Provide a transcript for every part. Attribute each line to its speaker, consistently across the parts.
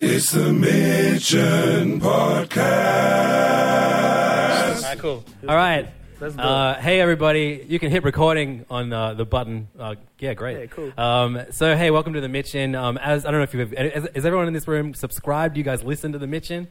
Speaker 1: It's the Mitchin Podcast.
Speaker 2: All right, cool.
Speaker 3: All right.
Speaker 2: Let's go.
Speaker 3: Uh, hey everybody, you can hit recording on uh, the button. Uh, yeah, great.
Speaker 2: Yeah, cool.
Speaker 3: Um, so hey, welcome to the Mitchin. Um, as I don't know if you've, is, is everyone in this room subscribed? Do you guys listen to the Mitchin?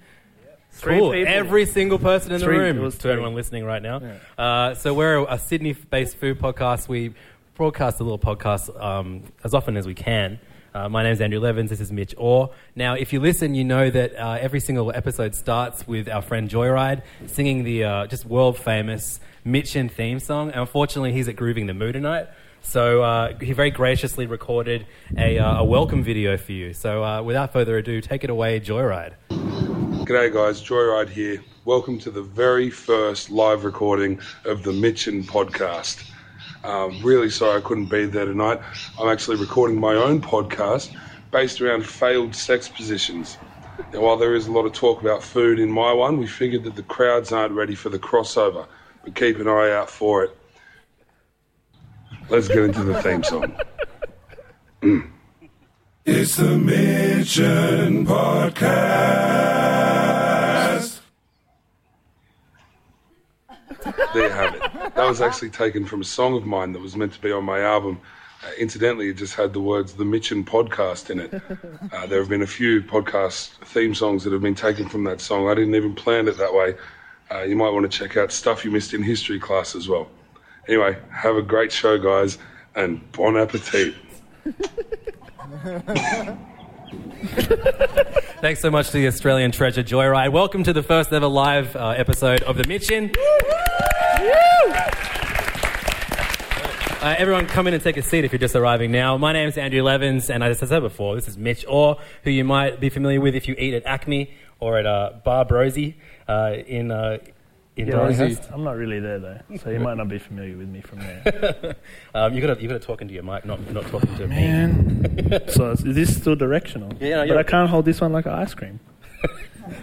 Speaker 2: Three
Speaker 3: cool.
Speaker 2: people.
Speaker 3: Every single person in
Speaker 2: Three.
Speaker 3: the room.
Speaker 2: It was
Speaker 3: to
Speaker 2: three.
Speaker 3: everyone listening right now. Uh, so we're a, a Sydney-based food podcast. We broadcast a little podcast um, as often as we can. Uh, my name's Andrew Levins. This is Mitch Orr. Now, if you listen, you know that uh, every single episode starts with our friend Joyride singing the uh, just world famous Mitchin theme song. And unfortunately, he's at Grooving the Moo tonight. So uh, he very graciously recorded a, uh, a welcome video for you. So uh, without further ado, take it away, Joyride.
Speaker 1: G'day, guys. Joyride here. Welcome to the very first live recording of the Mitchin podcast. Um, really sorry I couldn't be there tonight. I'm actually recording my own podcast based around failed sex positions. Now, while there is a lot of talk about food in my one, we figured that the crowds aren't ready for the crossover, but keep an eye out for it. Let's get into the theme song. it's the Mitchin Podcast. There you have it. That was actually taken from a song of mine that was meant to be on my album. Uh, incidentally, it just had the words "The Mitchin Podcast" in it. Uh, there have been a few podcast theme songs that have been taken from that song. I didn't even plan it that way. Uh, you might want to check out stuff you missed in history class as well. Anyway, have a great show, guys, and bon appetit.
Speaker 3: Thanks so much to the Australian treasure, Joyride. Welcome to the first ever live uh, episode of The Mitchin. Uh, everyone, come in and take a seat if you're just arriving now. My name's Andrew Levins, and as I said before, this is Mitch Orr, who you might be familiar with if you eat at Acme or at uh, Bar Brosy uh, in, uh, in
Speaker 2: Yeah,
Speaker 3: Dorothy.
Speaker 2: I'm- I'm not really there though, so you might not be familiar with me from there.
Speaker 3: Um, you've got to talk into your mic, not, not talking to me.
Speaker 2: Man, so is this is still directional?
Speaker 3: Yeah, no,
Speaker 2: but
Speaker 3: yeah.
Speaker 2: I can't hold this one like an ice cream.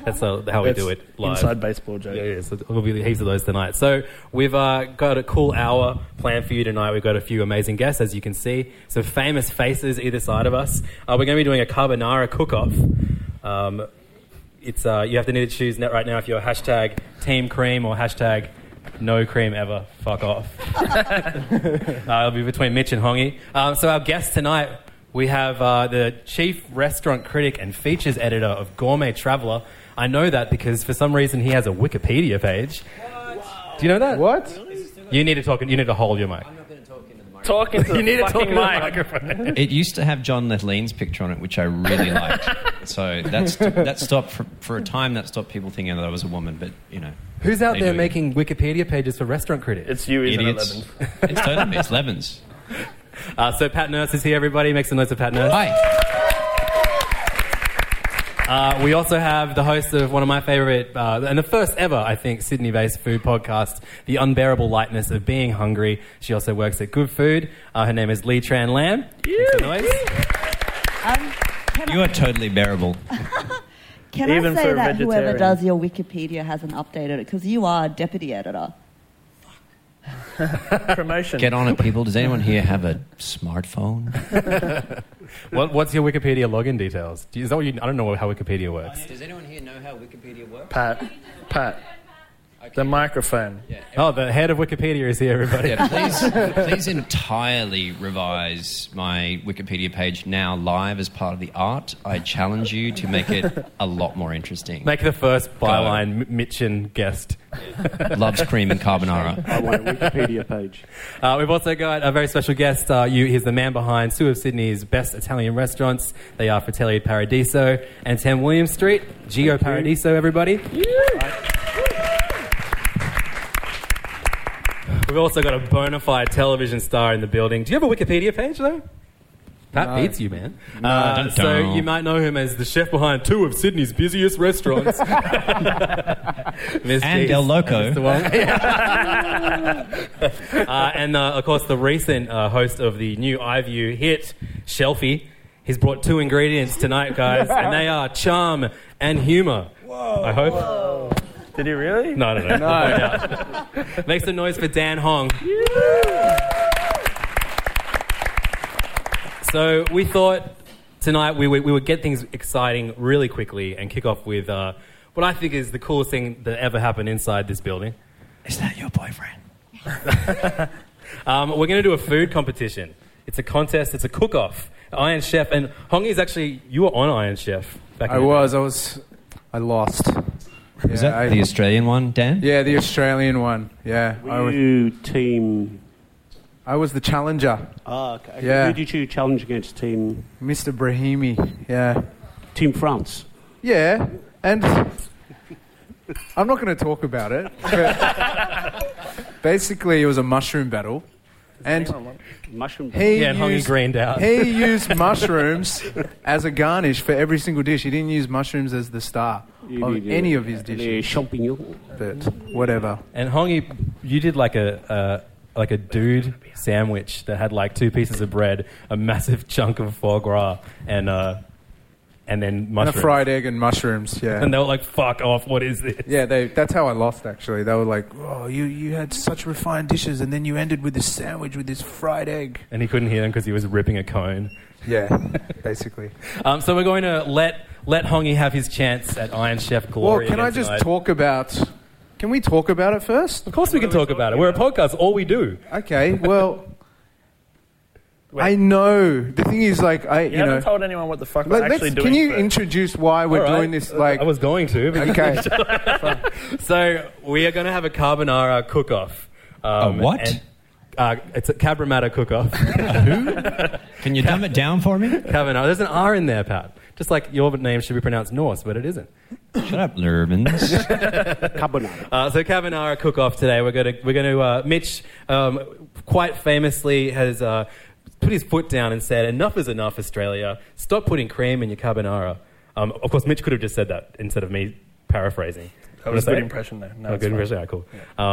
Speaker 3: That's uh, how we
Speaker 2: That's
Speaker 3: do it live.
Speaker 2: Inside baseball joke.
Speaker 3: Yeah, yeah, so there'll be heaps of those tonight. So we've uh, got a cool hour planned for you tonight. We've got a few amazing guests, as you can see. Some famous faces either side of us. Uh, we're going to be doing a carbonara cook-off. Um, it's uh, you have to need to choose net right now if you're hashtag Team Cream or hashtag No Cream Ever. Fuck off. Uh, it'll be between Mitch and Hongi. Um, so our guest tonight, we have uh, the chief restaurant critic and features editor of Gourmet Traveler. I know that because for some reason he has a Wikipedia page. Do you know that?
Speaker 2: What?
Speaker 3: You need to talk. You need to hold your mic.
Speaker 4: talking to the
Speaker 3: You need to talk
Speaker 4: fucking
Speaker 3: into the
Speaker 4: mic.
Speaker 3: microphone.
Speaker 5: It used to have John Lethlean's picture on it, which I really liked. so that's that stopped for, for a time. That stopped people thinking that I was a woman. But you know,
Speaker 3: Who's out
Speaker 5: They
Speaker 3: there
Speaker 5: do.
Speaker 3: making Wikipedia pages for restaurant critics?
Speaker 2: It's you, isn't
Speaker 5: idiots?
Speaker 2: it,
Speaker 5: it's totally it's Levens.
Speaker 3: Uh, so Pat Nurse is here. Everybody, make some noise for Pat Nurse.
Speaker 5: Hi.
Speaker 3: Uh, we also have the host of one of my favorite uh, and the first ever, I think, Sydney-based food podcast, "The Unbearable Lightness of Being Hungry." She also works at Good Food. Uh, her name is Lee Tran Lam. Make some noise.
Speaker 6: Um, can
Speaker 5: You
Speaker 6: I,
Speaker 5: are totally bearable.
Speaker 6: can
Speaker 2: Even
Speaker 6: I
Speaker 2: for
Speaker 6: say
Speaker 2: a
Speaker 6: that whoever
Speaker 2: vegetarian.
Speaker 6: does your Wikipedia hasn't updated it because you are deputy editor.
Speaker 2: Promotion.
Speaker 5: Get on it, people. Does anyone here have a smartphone?
Speaker 3: What, what's your Wikipedia login details? Do
Speaker 5: Uh,
Speaker 3: you- Is that what you, I don't know how Wikipedia works.
Speaker 5: Does anyone here know how Wikipedia works?
Speaker 2: Pat. Pat. The microphone.
Speaker 3: Oh, the head of Wikipedia is here, everybody.
Speaker 5: Yeah, please, please entirely revise my Wikipedia page now live as part of the art. I challenge you to make it a lot more interesting.
Speaker 3: Make the first byline M- Mitchin guest.
Speaker 5: Loves cream and carbonara.
Speaker 7: I want a Wikipedia page.
Speaker 3: Uh, we've also got a very special guest. Uh, you, he's the man behind two of Sydney's best Italian restaurants. They are Fratelli Paradiso and 10 William Street. Geo Paradiso, everybody. We've also got a bona fide television star in the building. Do you have a Wikipedia page, though? That beats you, man. Uh,
Speaker 5: don't-
Speaker 3: so
Speaker 5: don't.
Speaker 3: you might know him as the chef behind two of Sydney's busiest restaurants. Miss
Speaker 5: And
Speaker 3: Dees
Speaker 5: Del Loco.
Speaker 3: Mr. Wong. uh, and uh, of course, the recent uh, host of the new iView hit, Shelfie, he's brought two ingredients tonight, guys, and they are charm and humor. Whoa, I hope.
Speaker 2: Did he really?
Speaker 3: No, no, no. no. Make some noise for Dan Hong. so we thought tonight we would, we would get things exciting really quickly and kick off with uh, what I think is the coolest thing that ever happened inside this building.
Speaker 5: Is that your boyfriend?
Speaker 3: Um, we're going to do a food competition. It's a contest. It's a cook-off. Iron Chef and Hongi is actually you were on Iron Chef. Back in
Speaker 7: I
Speaker 3: the-
Speaker 7: was. I was. I lost. Yeah,
Speaker 5: Is that
Speaker 7: I-
Speaker 5: the Australian one, Dan?
Speaker 7: yeah, the Australian one. Yeah, I
Speaker 8: Were
Speaker 7: was,
Speaker 8: you team?
Speaker 7: I was the challenger,
Speaker 8: Ah, okay.
Speaker 7: Yeah.
Speaker 8: Who did you challenge against? Team
Speaker 7: Mr. Brahimi. Yeah,
Speaker 8: Team France.
Speaker 7: yeah, and I'm not going to talk about it. But basically, it was a mushroom battle, and
Speaker 8: Oh, Mushroom.
Speaker 7: he
Speaker 3: Yeah, and Hongi
Speaker 7: used-
Speaker 3: greened out.
Speaker 7: He used mushrooms as a garnish for every single dish. He didn't use mushrooms as the star
Speaker 8: You
Speaker 7: of
Speaker 8: did, uh,
Speaker 7: any of his
Speaker 8: The
Speaker 7: dishes.
Speaker 8: champignon.
Speaker 7: But whatever.
Speaker 3: And Hongi, you did like a uh, like a dude sandwich that had like two pieces of bread, a massive chunk of foie gras, and uh, and then
Speaker 7: And a
Speaker 3: mushrooms.
Speaker 7: fried egg and mushrooms. Yeah.
Speaker 3: And they were like, "Fuck off! What is this?"
Speaker 7: Yeah, they, that's how I lost. Actually, they were like, "Oh, you you had such refined dishes, and then you ended with this sandwich with this fried egg."
Speaker 3: And he couldn't hear them because he was ripping a cone.
Speaker 7: Yeah, basically.
Speaker 3: Um, so we're going to let let Hongi have his chance at Iron Chef
Speaker 7: Well,
Speaker 3: glory.
Speaker 7: can I
Speaker 3: again
Speaker 7: just
Speaker 3: tonight.
Speaker 7: talk about? Can we talk about it first?
Speaker 3: Of course, we can talk about it. We're a podcast. All we do.
Speaker 7: Okay. Well, I know the thing is like I you,
Speaker 2: You,
Speaker 7: know.
Speaker 2: haven't told anyone what the fuck
Speaker 7: Let-
Speaker 2: we're
Speaker 7: let's-
Speaker 2: actually doing.
Speaker 7: can you
Speaker 2: first.
Speaker 7: introduce why we're
Speaker 3: All right.
Speaker 7: doing this? Like
Speaker 3: I was going to. but-
Speaker 7: okay.
Speaker 3: So we are going to have a carbonara cook-off. Um,
Speaker 5: A what?
Speaker 3: and, uh, it's a carbonara cook-off.
Speaker 5: Can you dumb it down for me?
Speaker 3: carbonara. There's an R in there, Pat. Just like your name should be pronounced Norse, but it isn't.
Speaker 5: Shut up, Lervins.
Speaker 8: Carbonara.
Speaker 3: Uh, so carbonara cook-off today. We're going to we're going to uh, Mitch um, quite famously has uh, put his foot down and said, "Enough is enough, Australia. Stop putting cream in your carbonara." Um, of course, Mitch could have just said that instead of me paraphrasing.
Speaker 2: That was a good
Speaker 3: Wanna say it?
Speaker 2: impression, though. No,
Speaker 3: Oh,
Speaker 2: it's
Speaker 3: good
Speaker 2: fine.
Speaker 3: impression. Ah, cool.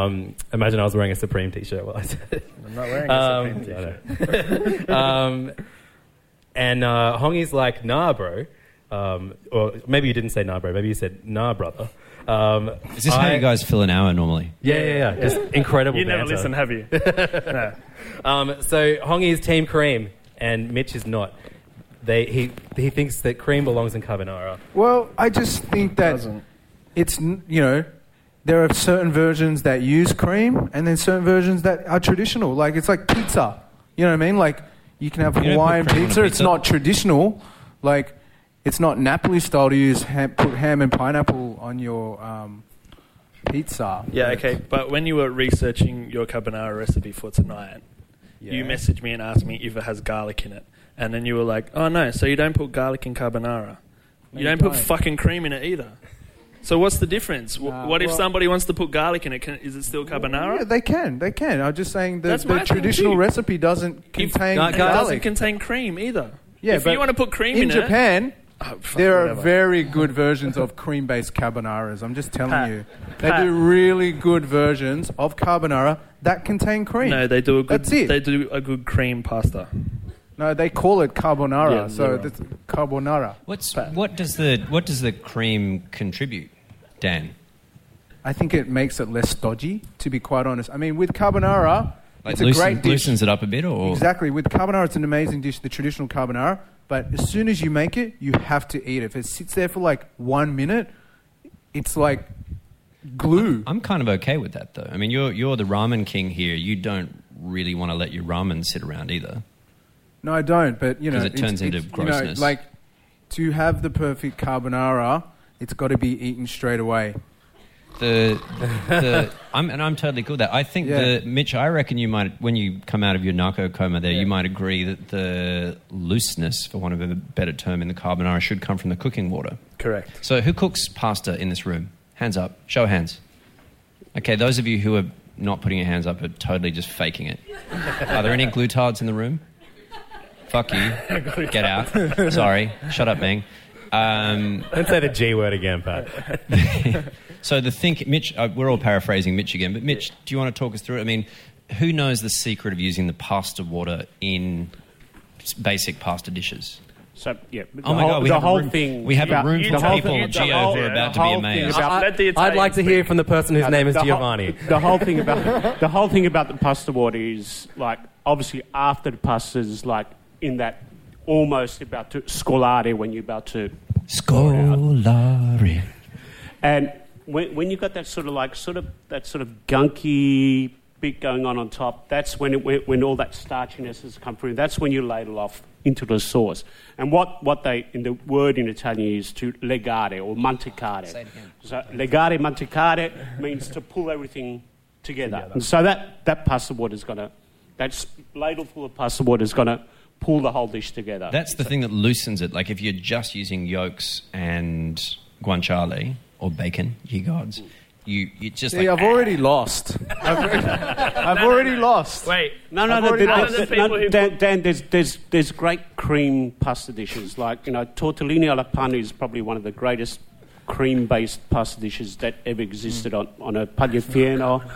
Speaker 3: Um, imagine I was wearing a Supreme t-shirt while I said it.
Speaker 2: I'm not wearing a
Speaker 3: Um,
Speaker 2: Supreme t-shirt.
Speaker 3: I know. Um, and uh, Hongi's like, nah, bro. Um, or maybe you didn't say nah, bro. Maybe you said nah, brother. Um,
Speaker 5: Is this how
Speaker 3: I-
Speaker 5: you guys fill an hour normally?
Speaker 3: Yeah, yeah, yeah. Just incredible.
Speaker 2: You never
Speaker 3: banter.
Speaker 2: listen, have you? no.
Speaker 3: Um, so Hongi is Team Cream, and Mitch is not. They, he, he thinks that cream belongs in carbonara.
Speaker 7: Well, I just think that
Speaker 2: Doesn't.
Speaker 7: it's n- you know there are certain versions that use cream and then certain versions that are traditional. Like it's like pizza. You know what I mean? Like you can have
Speaker 5: don't put
Speaker 7: Hawaiian
Speaker 5: cream on a
Speaker 7: pizza. It's
Speaker 5: pizza.
Speaker 7: not traditional. Like it's not Napoli style to use ham, put ham and pineapple on your um, pizza.
Speaker 2: Yeah, okay. But when you were researching your carbonara recipe for tonight, you messaged me and asked me if it has garlic in it. And then you were like, oh no, so you don't put garlic in carbonara. You don't put fucking cream in it either. So what's the difference? Wh-
Speaker 7: Nah,
Speaker 2: what if
Speaker 7: well-
Speaker 2: somebody wants to put garlic in it? Can, is it still
Speaker 7: Yeah,
Speaker 2: carbonara?
Speaker 7: they can. They can. I'm just saying the,
Speaker 2: That's my
Speaker 7: the
Speaker 2: thing
Speaker 7: traditional
Speaker 2: too.
Speaker 7: recipe doesn't
Speaker 2: If-
Speaker 7: contain
Speaker 3: Not
Speaker 2: it doesn't
Speaker 7: garlic.
Speaker 2: contain cream either.
Speaker 7: Yeah,
Speaker 2: if
Speaker 7: but
Speaker 2: you want to put cream in,
Speaker 7: in Japan,
Speaker 2: it, oh, fuck,
Speaker 7: There are
Speaker 2: whatever.
Speaker 7: very good versions of cream based carbonaras. I'm just telling
Speaker 2: Pat.
Speaker 7: you. They
Speaker 2: Pat.
Speaker 7: do really good versions of carbonara that contain cream.
Speaker 2: no, they do a good.
Speaker 7: That's it.
Speaker 2: They do a good cream pasta.
Speaker 7: no, they call it carbonara.
Speaker 2: Yeah,
Speaker 7: so
Speaker 2: they're wrong.
Speaker 7: that's carbonara.
Speaker 5: What's what does the what does the cream contribute, Dan?
Speaker 7: I think it makes it less stodgy, to be quite honest. I mean, with carbonara,
Speaker 5: Like
Speaker 7: it's a
Speaker 5: loosen-
Speaker 7: great dish.
Speaker 5: loosens it up a bit, or
Speaker 7: Exactly. With carbonara, it's an amazing dish, the traditional carbonara. But as soon as you make it, you have to eat it. If it sits there for like one minute, it's like glue.
Speaker 5: I'm kind of okay with that though. I mean, you're you're the ramen king here. You don't really want to let your ramen sit around either.
Speaker 7: No, I don't. But you know,
Speaker 5: 'Cause it turns into
Speaker 7: You
Speaker 5: grossness.
Speaker 7: know, like to have the perfect carbonara, it's got to be eaten straight away.
Speaker 5: The, the I'm and I'm totally cool with that. I think
Speaker 7: Yeah.
Speaker 5: the Mitch. I reckon you might when you come out of your narco coma there, you might agree that the looseness, for want of a better term, in the carbonara should come from the cooking water.
Speaker 2: Correct.
Speaker 5: So, who cooks pasta in this room? Hands up. Show of hands. Okay, those of you who are not putting your hands up are totally just faking it. Are there any glutards in the room? Fuck you. Get out. Sorry. Shut up, Meng. Um,
Speaker 3: Don't say the G word again, Pat.
Speaker 5: so the think, Mitch. Uh, we're all paraphrasing Mitch again, but Mitch, do you want to talk us through it? I mean, who knows the secret of using the pasta water in s- basic pasta dishes?
Speaker 8: So yeah, the
Speaker 5: Oh my
Speaker 8: whole,
Speaker 5: God, we
Speaker 8: the
Speaker 5: have a
Speaker 8: whole
Speaker 5: room-
Speaker 8: thing.
Speaker 5: we have a
Speaker 8: about-
Speaker 5: room
Speaker 8: you
Speaker 5: full of
Speaker 8: tell-
Speaker 5: people,
Speaker 8: you
Speaker 5: Gio,
Speaker 8: tell-
Speaker 5: who
Speaker 8: whole
Speaker 5: are
Speaker 8: thing
Speaker 5: about to be amazed.
Speaker 8: about-
Speaker 2: Let the
Speaker 3: I'd like to hear from the person whose
Speaker 8: No,
Speaker 3: name is
Speaker 8: the whole-
Speaker 3: Giovanni.
Speaker 8: the whole thing about the whole thing about the pasta water is like obviously after the pasta is like in that almost about to scolare when you're about to
Speaker 5: Scolari.
Speaker 8: and when, when you've got that sort of like sort of that sort of gunky bit going on on top, that's when it, when, when all that starchiness has come through. That's when you ladle off into the sauce. And what, what they in the word in Italian is to legare or mantecare. So legare mantecare means to pull everything together. And so that that pasta water is gonna that s- ladleful of pasta water is gonna pull the whole dish together.
Speaker 5: That's the thing that loosens it. Like if you're just using yolks and guanciale or bacon, ye gods, you you just
Speaker 7: See,
Speaker 5: like,
Speaker 7: I've already lost. I've, I've already lost.
Speaker 2: Wait.
Speaker 8: No, no,
Speaker 7: I've
Speaker 8: no,
Speaker 7: already
Speaker 8: there-
Speaker 7: lost.
Speaker 8: there-
Speaker 2: Other than
Speaker 8: no,
Speaker 2: people who
Speaker 8: Dan, Dan, there's, there's, there's great cream pasta dishes. Like, you know, tortellini alla panna is probably one of the greatest cream-based pasta dishes that ever existed on, on a pagliafieno. Uh,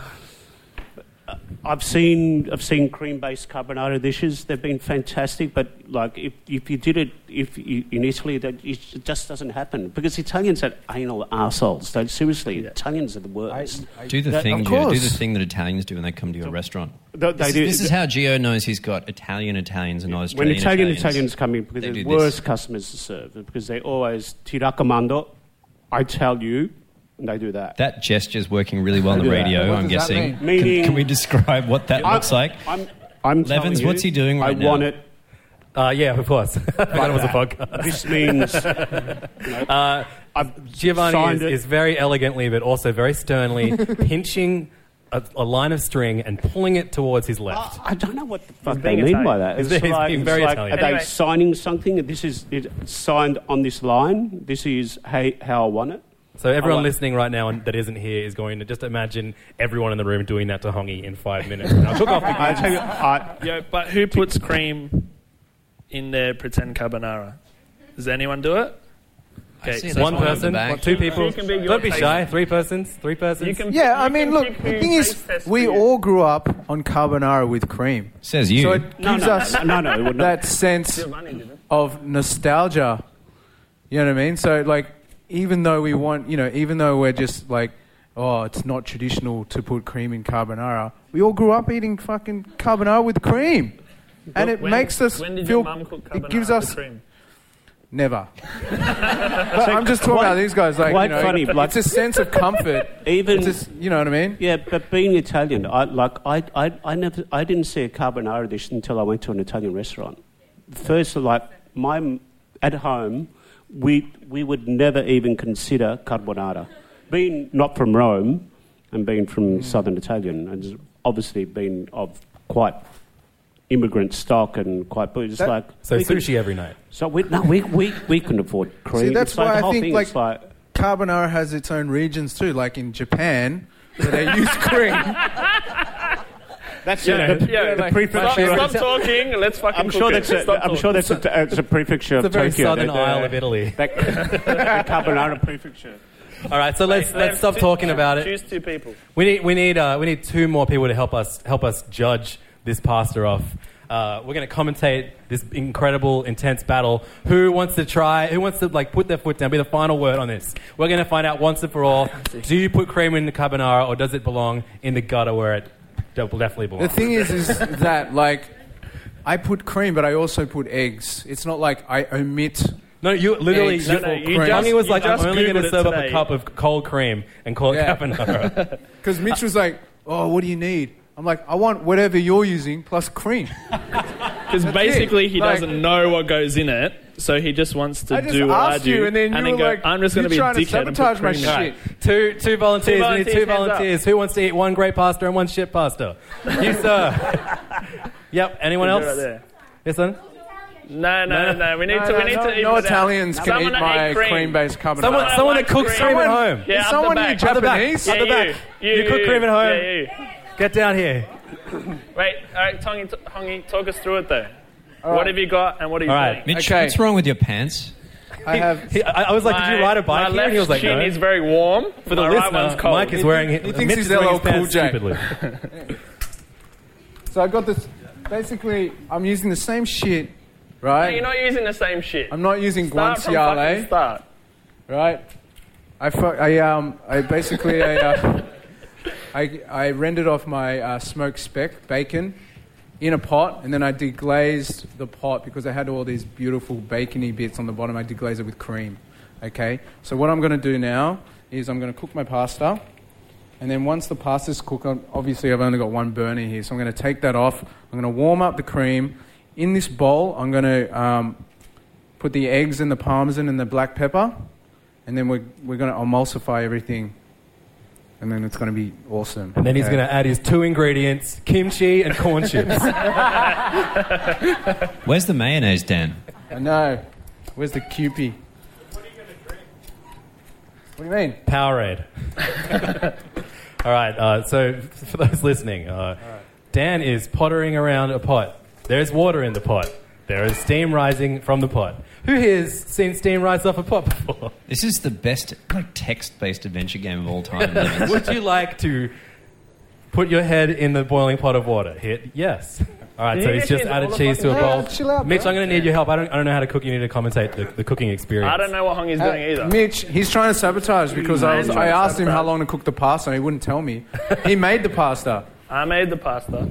Speaker 8: I've seen, I've seen cream-based carbonara dishes. They've been fantastic, but like if, if you did it if you, in Italy, that it just doesn't happen because Italians are anal assholes. They seriously, Italians are the worst.
Speaker 5: do the
Speaker 8: That-
Speaker 5: thing,
Speaker 7: of
Speaker 5: Gio, do the
Speaker 7: course.
Speaker 5: thing that Italians do when they come to your restaurant.
Speaker 8: They- they
Speaker 5: this,
Speaker 8: do-
Speaker 5: this is how Gio knows he's got Italian Italians and not
Speaker 8: when
Speaker 5: Australian
Speaker 8: Italian Italians,
Speaker 5: Italians.
Speaker 8: come in, because
Speaker 5: They
Speaker 8: they're
Speaker 5: do
Speaker 8: the
Speaker 5: this.
Speaker 8: worst customers to serve, because they always ti raccomando, I tell you, and they do that.
Speaker 5: That gesture's working really well on the
Speaker 7: do that.
Speaker 5: radio.
Speaker 7: What
Speaker 5: I'm
Speaker 7: does that
Speaker 5: guessing.
Speaker 8: mean?
Speaker 5: Can,
Speaker 8: Meaning-
Speaker 5: can we describe what that
Speaker 8: I'm-
Speaker 5: looks like?
Speaker 8: I'm, I'm telling
Speaker 5: Levins,
Speaker 8: you,
Speaker 5: what's he doing
Speaker 8: I
Speaker 5: right now?
Speaker 8: want it.
Speaker 3: Uh, yeah, of course. Mine was a podcast.
Speaker 8: This means
Speaker 3: Uh,
Speaker 8: I've
Speaker 3: Giovanni
Speaker 8: signed
Speaker 3: is,
Speaker 8: it.
Speaker 3: is very elegantly, but also very sternly, pinching a, a line of string and pulling it towards his left.
Speaker 8: I don't know what the fuck they
Speaker 2: being
Speaker 8: mean by
Speaker 2: Italian.
Speaker 8: that. It's
Speaker 3: He's- he's
Speaker 8: like,
Speaker 3: being
Speaker 8: it's
Speaker 3: very
Speaker 8: like,
Speaker 3: Italian.
Speaker 8: Are
Speaker 2: Anyway.
Speaker 8: they signing something? This is it's signed on this line. This is hey, how I want it.
Speaker 3: So everyone
Speaker 8: I like-
Speaker 3: listening right now and that isn't here is going to just imagine everyone in the room doing that to Hongi in five minutes. And I took off
Speaker 8: I
Speaker 3: the
Speaker 8: tell you, I,
Speaker 2: Yo, but who puts cream in their pretend carbonara? Does anyone do it?
Speaker 5: I see
Speaker 2: Okay,
Speaker 5: it.
Speaker 2: so
Speaker 3: one
Speaker 5: That's
Speaker 3: person,
Speaker 5: in the back.
Speaker 3: two people.
Speaker 2: You can be your
Speaker 3: Don't be
Speaker 2: face.
Speaker 3: shy. Three persons. Three persons.
Speaker 2: You can-
Speaker 7: Yeah, I
Speaker 2: you
Speaker 7: mean,
Speaker 2: can
Speaker 7: look.
Speaker 2: pick
Speaker 7: The
Speaker 2: who
Speaker 7: thing is,
Speaker 2: tastes best
Speaker 7: we
Speaker 2: for you.
Speaker 7: all grew up on carbonara with cream,
Speaker 5: Says you.
Speaker 7: so it
Speaker 8: no,
Speaker 7: gives
Speaker 8: no,
Speaker 7: us
Speaker 8: no, no, no, it would not.
Speaker 7: that sense of nostalgia. You know what I mean? So, like, even though we want, you know, even though we're just like, oh, it's not traditional to put cream in carbonara, we all grew up eating fucking carbonara with cream. And it
Speaker 2: When-
Speaker 7: makes us
Speaker 2: when did
Speaker 7: feel.
Speaker 2: your mum cook
Speaker 7: it
Speaker 2: carbonara
Speaker 7: gives
Speaker 2: with
Speaker 7: us
Speaker 2: cream?
Speaker 7: never. but I'm just talking
Speaker 8: quite-
Speaker 7: about these guys. Like, you
Speaker 8: quite
Speaker 7: know,
Speaker 8: funny, like-
Speaker 7: it's a sense of comfort.
Speaker 8: Even-
Speaker 7: it's just, you know what I mean?
Speaker 8: Yeah, but being Italian, I like I, I, I never I didn't see a carbonara dish until I went to an Italian restaurant. First, like my m- at home, we we would never even consider carbonara. Being not from Rome, and being from
Speaker 7: Mm.
Speaker 8: southern Italian, and just obviously being of quite immigrant stock and quite, but it's
Speaker 7: That-
Speaker 8: like
Speaker 3: so
Speaker 8: we could-
Speaker 3: sushi every night.
Speaker 8: so we no we we we couldn't afford cream.
Speaker 7: See, that's
Speaker 8: It's like
Speaker 7: why
Speaker 8: the
Speaker 7: I
Speaker 8: whole
Speaker 7: think
Speaker 8: thing,
Speaker 7: like,
Speaker 8: it's like
Speaker 7: carbonara has its own regions too. Like in Japan, where they use cream.
Speaker 8: that's
Speaker 3: Yeah,
Speaker 8: the,
Speaker 2: yeah,
Speaker 8: the
Speaker 2: like- Stop,
Speaker 8: prefecture.
Speaker 2: stop talking. Let's fucking.
Speaker 8: I'm sure
Speaker 2: cook
Speaker 8: that's
Speaker 2: it.
Speaker 8: a,
Speaker 2: Stop
Speaker 8: I'm sure that's a, it's a prefecture
Speaker 3: It's a
Speaker 8: of
Speaker 3: very
Speaker 8: Tokyo.
Speaker 3: southern
Speaker 8: the- the-
Speaker 3: isle of Italy.
Speaker 8: That, the Carbonara prefecture.
Speaker 3: All right, so let's
Speaker 2: talking.
Speaker 3: let's stop talking about it.
Speaker 2: Choose two people.
Speaker 3: We need we need uh, we need two more people to help us help us judge this pastor off. Uh, we're going to commentate this incredible, intense battle. Who wants to try? Who wants to like put their foot down? Be the final word on this. We're going to find out once and for all. Do you put cream in the carbonara, or does it belong in the gutter where it de- definitely
Speaker 7: The
Speaker 3: belongs?
Speaker 7: thing is, is that like I put cream, but I also put eggs. It's not like I omit
Speaker 3: No, you literally.
Speaker 2: Yeah, no, no, you just-
Speaker 3: Johnny was
Speaker 2: you
Speaker 3: like, "I'm
Speaker 2: just
Speaker 3: only going
Speaker 2: Googled
Speaker 3: to
Speaker 2: it
Speaker 3: serve up a
Speaker 2: today."
Speaker 3: cup of cold cream and call it
Speaker 7: Yeah.
Speaker 3: carbonara."
Speaker 7: Because Mitch was like, oh, what do you need? I'm like, I want whatever you're using plus cream.
Speaker 2: Because basically, he
Speaker 7: Like-
Speaker 2: doesn't know what goes in it, so he just wants to
Speaker 7: I just
Speaker 2: do what I
Speaker 7: asked
Speaker 2: do.
Speaker 7: you, and then you were
Speaker 2: go,
Speaker 7: like,
Speaker 2: I'm just going
Speaker 7: "You're
Speaker 2: to be a
Speaker 7: trying to
Speaker 2: dickhead and
Speaker 7: sabotage
Speaker 2: put
Speaker 7: my
Speaker 2: cream in
Speaker 7: shit."
Speaker 2: it."
Speaker 3: Alright, Two, two volunteers.
Speaker 2: Two
Speaker 3: we need
Speaker 2: volunteers,
Speaker 3: two
Speaker 2: hands up.
Speaker 3: volunteers. Who wants to eat one great pasta and one shit pasta? you, sir. yep. Anyone
Speaker 2: You're
Speaker 3: else?
Speaker 2: right there.
Speaker 3: Yes, son?
Speaker 2: No, no, no, no. We need
Speaker 7: No,
Speaker 2: to.
Speaker 7: no,
Speaker 2: we need
Speaker 7: no-
Speaker 2: to eat
Speaker 7: no
Speaker 2: it out.
Speaker 7: Italians can
Speaker 2: Someone
Speaker 7: eat
Speaker 2: to
Speaker 7: my
Speaker 2: cream.
Speaker 7: cream-based carbonara.
Speaker 3: Someone,
Speaker 2: I
Speaker 3: someone
Speaker 2: like
Speaker 3: that cooks cream at
Speaker 7: Someone-
Speaker 3: home.
Speaker 2: Yeah,
Speaker 7: Is
Speaker 2: up the
Speaker 7: someone here
Speaker 2: back.
Speaker 3: At the back.
Speaker 7: Japanese?
Speaker 2: Yeah,
Speaker 3: At the back.
Speaker 2: You,
Speaker 3: You cook cream at home.
Speaker 2: Yeah, you.
Speaker 3: Get down here.
Speaker 2: Wait, all right, Tongi, t- Hongi, talk us through it though. What have you got, and what are you
Speaker 3: All right.
Speaker 2: doing?
Speaker 5: Mitch,
Speaker 7: Okay.
Speaker 5: what's wrong with your pants?
Speaker 7: I have.
Speaker 3: He, I, I was like, "Did you
Speaker 2: My-
Speaker 3: ride a bike?"
Speaker 2: My
Speaker 3: here? And
Speaker 2: left
Speaker 3: he was like,
Speaker 2: chin
Speaker 3: "No."
Speaker 2: is very warm.
Speaker 3: For the
Speaker 2: my right
Speaker 3: listener,
Speaker 2: one's cold.
Speaker 3: Mike is wearing.
Speaker 7: he thinks
Speaker 3: Mitch
Speaker 7: he's
Speaker 3: is wearing his
Speaker 7: LL Cool
Speaker 3: pants
Speaker 7: J.
Speaker 3: stupidly.
Speaker 7: So I got this. Basically, I'm using the same shit, right?
Speaker 2: You're not using the same shit.
Speaker 7: I'm not using
Speaker 2: Start from fucking
Speaker 7: guanciale,
Speaker 2: start.
Speaker 7: right? I, fu- I um I basically I, uh, I I rendered off my uh, smoked speck bacon in a pot, and then I deglazed the pot because I had all these beautiful bacony bits on the bottom. I deglazed it with cream. Okay, so what I'm going to do now is I'm going to cook my pasta, and then once the pasta's cooked, I'm- obviously I've only got one burner here, so I'm going to take that off. I'm going to warm up the cream. In this bowl, I'm going to um, put the eggs and the parmesan and the black pepper, and then we're, we're going to emulsify everything, and then it's going to be awesome.
Speaker 3: And then he's
Speaker 7: Okay.
Speaker 3: going to add his two ingredients: kimchi and corn chips.
Speaker 5: Where's the mayonnaise, Dan?
Speaker 7: I know. Where's the QP? What do you mean?
Speaker 3: Powerade. All right. Uh, so for those listening, uh, Dan is pottering around a pot. There is water in the pot. There is steam rising from the pot. Who here's seen steam rise off a pot before?
Speaker 5: This is the best like, text-based adventure game of all time. Lemons.
Speaker 3: Would you like to put your head in the boiling pot of water? Hit yes. All right,
Speaker 2: Did
Speaker 3: so
Speaker 2: you
Speaker 3: he's
Speaker 2: guys
Speaker 3: just
Speaker 2: use
Speaker 3: added
Speaker 2: all the
Speaker 3: cheese to a
Speaker 7: fucking-
Speaker 3: bowl.
Speaker 7: Yeah, chill out,
Speaker 3: Mitch,
Speaker 7: bro.
Speaker 3: I'm going to need your help. I don't, I don't know how to cook. You need to commentate the, the cooking experience.
Speaker 2: I don't know what Hongi's
Speaker 7: Uh,
Speaker 2: doing either.
Speaker 7: Mitch, he's trying to sabotage because I,
Speaker 2: He's
Speaker 7: was,
Speaker 2: trying
Speaker 7: I
Speaker 2: to
Speaker 7: asked him how
Speaker 2: sabotage.
Speaker 7: long to cook the pasta and he wouldn't tell me. he made the pasta.
Speaker 2: I made the pasta.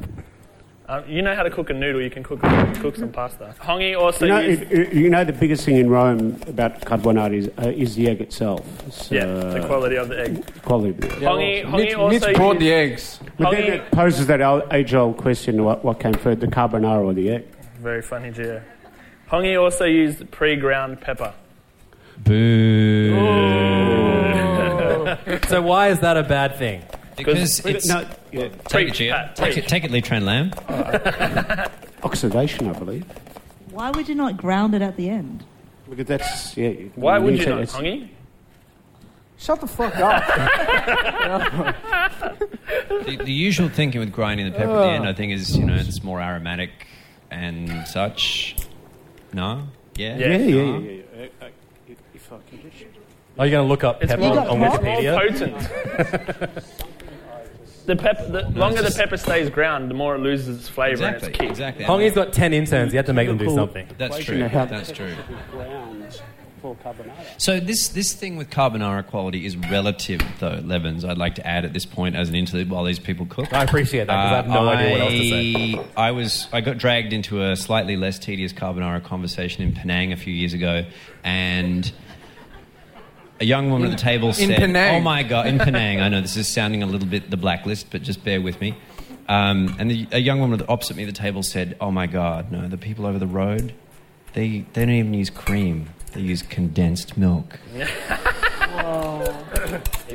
Speaker 2: Um, you know how to cook a noodle. You can cook cook some pasta. Hongi also
Speaker 8: You know,
Speaker 2: used,
Speaker 8: it- it- you know the biggest thing in Rome about carbonara is, uh, is the egg itself. So,
Speaker 2: yeah the quality of the egg.
Speaker 8: quality of the egg.
Speaker 2: Hongi, Hongi
Speaker 7: Mitch,
Speaker 2: also
Speaker 7: Mitch brought
Speaker 2: used,
Speaker 7: the eggs.
Speaker 8: But
Speaker 2: Hongi-
Speaker 8: then it poses that age old question what, what came first, the carbonara or the egg?
Speaker 2: very funny Gio. Hongi also used pre-ground pepper.
Speaker 3: So why is that a bad thing?
Speaker 5: Because it's
Speaker 8: No, yeah,
Speaker 5: take it, Gio.
Speaker 2: Pat,
Speaker 5: take
Speaker 2: preach.
Speaker 5: it, take it, Lee Tran Lamb.
Speaker 8: oxidation, I believe.
Speaker 6: Why would you not ground it at the end?
Speaker 8: Because that's, yeah. you-
Speaker 2: Why would you
Speaker 8: say
Speaker 2: not,
Speaker 8: it's-
Speaker 2: Hongi?
Speaker 7: Shut the fuck up.
Speaker 5: The, the usual thinking with grinding the pepper at the end, I think, is you know it's more aromatic and such. No, yeah,
Speaker 8: Yeah,
Speaker 2: Yeah.
Speaker 8: yeah, yeah. yeah, yeah. Uh, uh, If I can just.
Speaker 3: Are you going to look up
Speaker 2: It's
Speaker 3: pepper
Speaker 2: more,
Speaker 3: on, on
Speaker 2: it's more
Speaker 3: Wikipedia?
Speaker 2: potent. the pepper, the longer the pepper stays ground, the more it loses its flavour and its
Speaker 5: exactly,
Speaker 2: kick.
Speaker 5: exactly.
Speaker 3: Hongi's got 10 interns. You have to make them do something.
Speaker 5: That's
Speaker 8: Wait,
Speaker 5: true.
Speaker 8: you know how-
Speaker 5: That's true.
Speaker 8: Grounds for carbonara.
Speaker 5: So this this thing with carbonara quality is relative, though. Levens, I'd like to add at this point as an interlude while these people cook.
Speaker 3: I appreciate that because I have no idea what else to say.
Speaker 5: I- Uh, I was I got dragged into a slightly less tedious carbonara conversation in Penang a few years ago, and a young woman at the table said,
Speaker 7: Penang.
Speaker 5: "Oh my god, in Penang! I know this is sounding a little bit the blacklist, but just bear with me." Um, and the, a young woman opposite me at the table said, "Oh my god, no! The people over the road, they they don't even use cream; they use condensed milk."
Speaker 2: You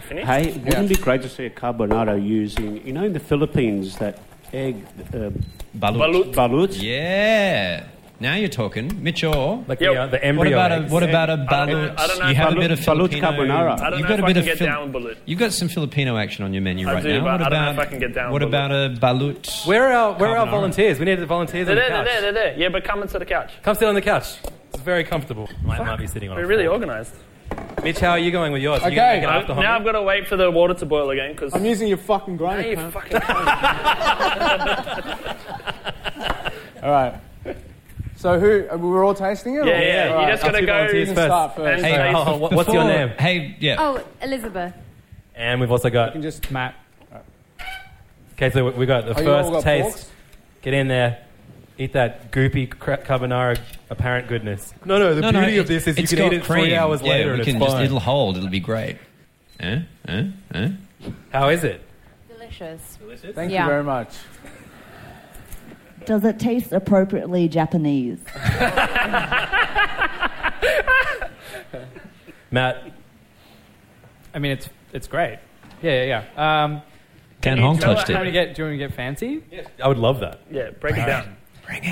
Speaker 2: finished?
Speaker 8: Hey, wouldn't it be great to see a carbonara using, you know, in the Philippines, that egg uh,
Speaker 5: Balut.
Speaker 2: Balut.
Speaker 8: balut?
Speaker 5: Yeah. Now you're talking, Mitchell.
Speaker 3: Like
Speaker 2: Yep.
Speaker 3: the, uh, the
Speaker 5: What
Speaker 3: embryo
Speaker 5: about a
Speaker 3: eggs.
Speaker 5: what about a
Speaker 2: I don't know-
Speaker 5: balut?
Speaker 2: I don't know
Speaker 5: you
Speaker 2: if
Speaker 5: have a
Speaker 2: balut-
Speaker 5: bit of
Speaker 8: balut
Speaker 5: Filipino.
Speaker 8: carbonara.
Speaker 2: I don't know
Speaker 5: you've got
Speaker 2: if
Speaker 5: a
Speaker 2: I
Speaker 5: bit
Speaker 2: can
Speaker 5: of
Speaker 2: get
Speaker 5: Fil-
Speaker 2: down with balut.
Speaker 5: You've got some Filipino action on your menu
Speaker 2: I
Speaker 5: right
Speaker 2: do,
Speaker 5: now.
Speaker 2: but
Speaker 5: what
Speaker 2: I don't know
Speaker 5: about
Speaker 2: if I can get down
Speaker 5: what
Speaker 2: with
Speaker 5: about a balut?
Speaker 3: Where are our, where are our
Speaker 5: Carbonara.
Speaker 3: volunteers? We need the volunteers
Speaker 2: They're there,
Speaker 3: on the
Speaker 2: they're
Speaker 3: couch.
Speaker 2: there, they're there. Yeah, but come and sit the couch.
Speaker 3: Come sit on the couch. It's very comfortable. Might, might be sitting on.
Speaker 2: We're
Speaker 3: a
Speaker 2: really
Speaker 3: floor.
Speaker 2: organised.
Speaker 3: Mitch, how are you going with yours? Are you
Speaker 7: Okay.
Speaker 3: gonna
Speaker 2: I've-
Speaker 3: get after
Speaker 2: Now I've
Speaker 3: Hongi?
Speaker 2: got to wait for the water to boil again because
Speaker 7: I'm using your fucking grinder.
Speaker 2: you
Speaker 7: cunt.
Speaker 2: fucking.
Speaker 7: all right. So who? uh, We were all tasting it.
Speaker 2: Yeah,
Speaker 7: or-
Speaker 2: yeah,
Speaker 7: all
Speaker 2: you
Speaker 7: right.
Speaker 2: just gotta
Speaker 3: I'll take
Speaker 2: go
Speaker 3: volunteers
Speaker 7: and
Speaker 3: first.
Speaker 7: start first.
Speaker 2: and
Speaker 5: Hey,
Speaker 2: say-
Speaker 3: Oh, oh, what- what's your
Speaker 5: Before-
Speaker 3: name?
Speaker 5: Hey, yeah.
Speaker 9: Oh, Elizabeth.
Speaker 3: And we've also got.
Speaker 7: You can just Matt.
Speaker 3: Okay, so we- we got the
Speaker 7: Oh, you all
Speaker 3: first
Speaker 7: got
Speaker 3: taste.
Speaker 7: forks?
Speaker 3: Get in there, eat that goopy cra- carbonara Apparent goodness.
Speaker 5: No, no, the No, no, beauty of it-
Speaker 3: this is
Speaker 5: it's
Speaker 3: you can
Speaker 5: got
Speaker 3: eat it
Speaker 5: cream.
Speaker 3: three hours
Speaker 5: Yeah,
Speaker 3: later
Speaker 5: we
Speaker 3: and
Speaker 5: can
Speaker 3: it's
Speaker 5: just-
Speaker 3: fine.
Speaker 5: it'll hold. It'll be great. Eh? Eh? Eh?
Speaker 3: How is it?
Speaker 9: Delicious. Delicious.
Speaker 7: Thank
Speaker 9: Yeah.
Speaker 7: you very much.
Speaker 6: Does it taste appropriately Japanese?
Speaker 3: Matt.
Speaker 10: I mean, it's it's great. Yeah, yeah, yeah. Um,
Speaker 5: Dan
Speaker 10: do you-
Speaker 5: Hong
Speaker 10: do you wanna-
Speaker 5: touched it.
Speaker 10: do you wanna get- Do you want to get fancy? Yes.
Speaker 3: I would love that.
Speaker 2: Yeah, break it down.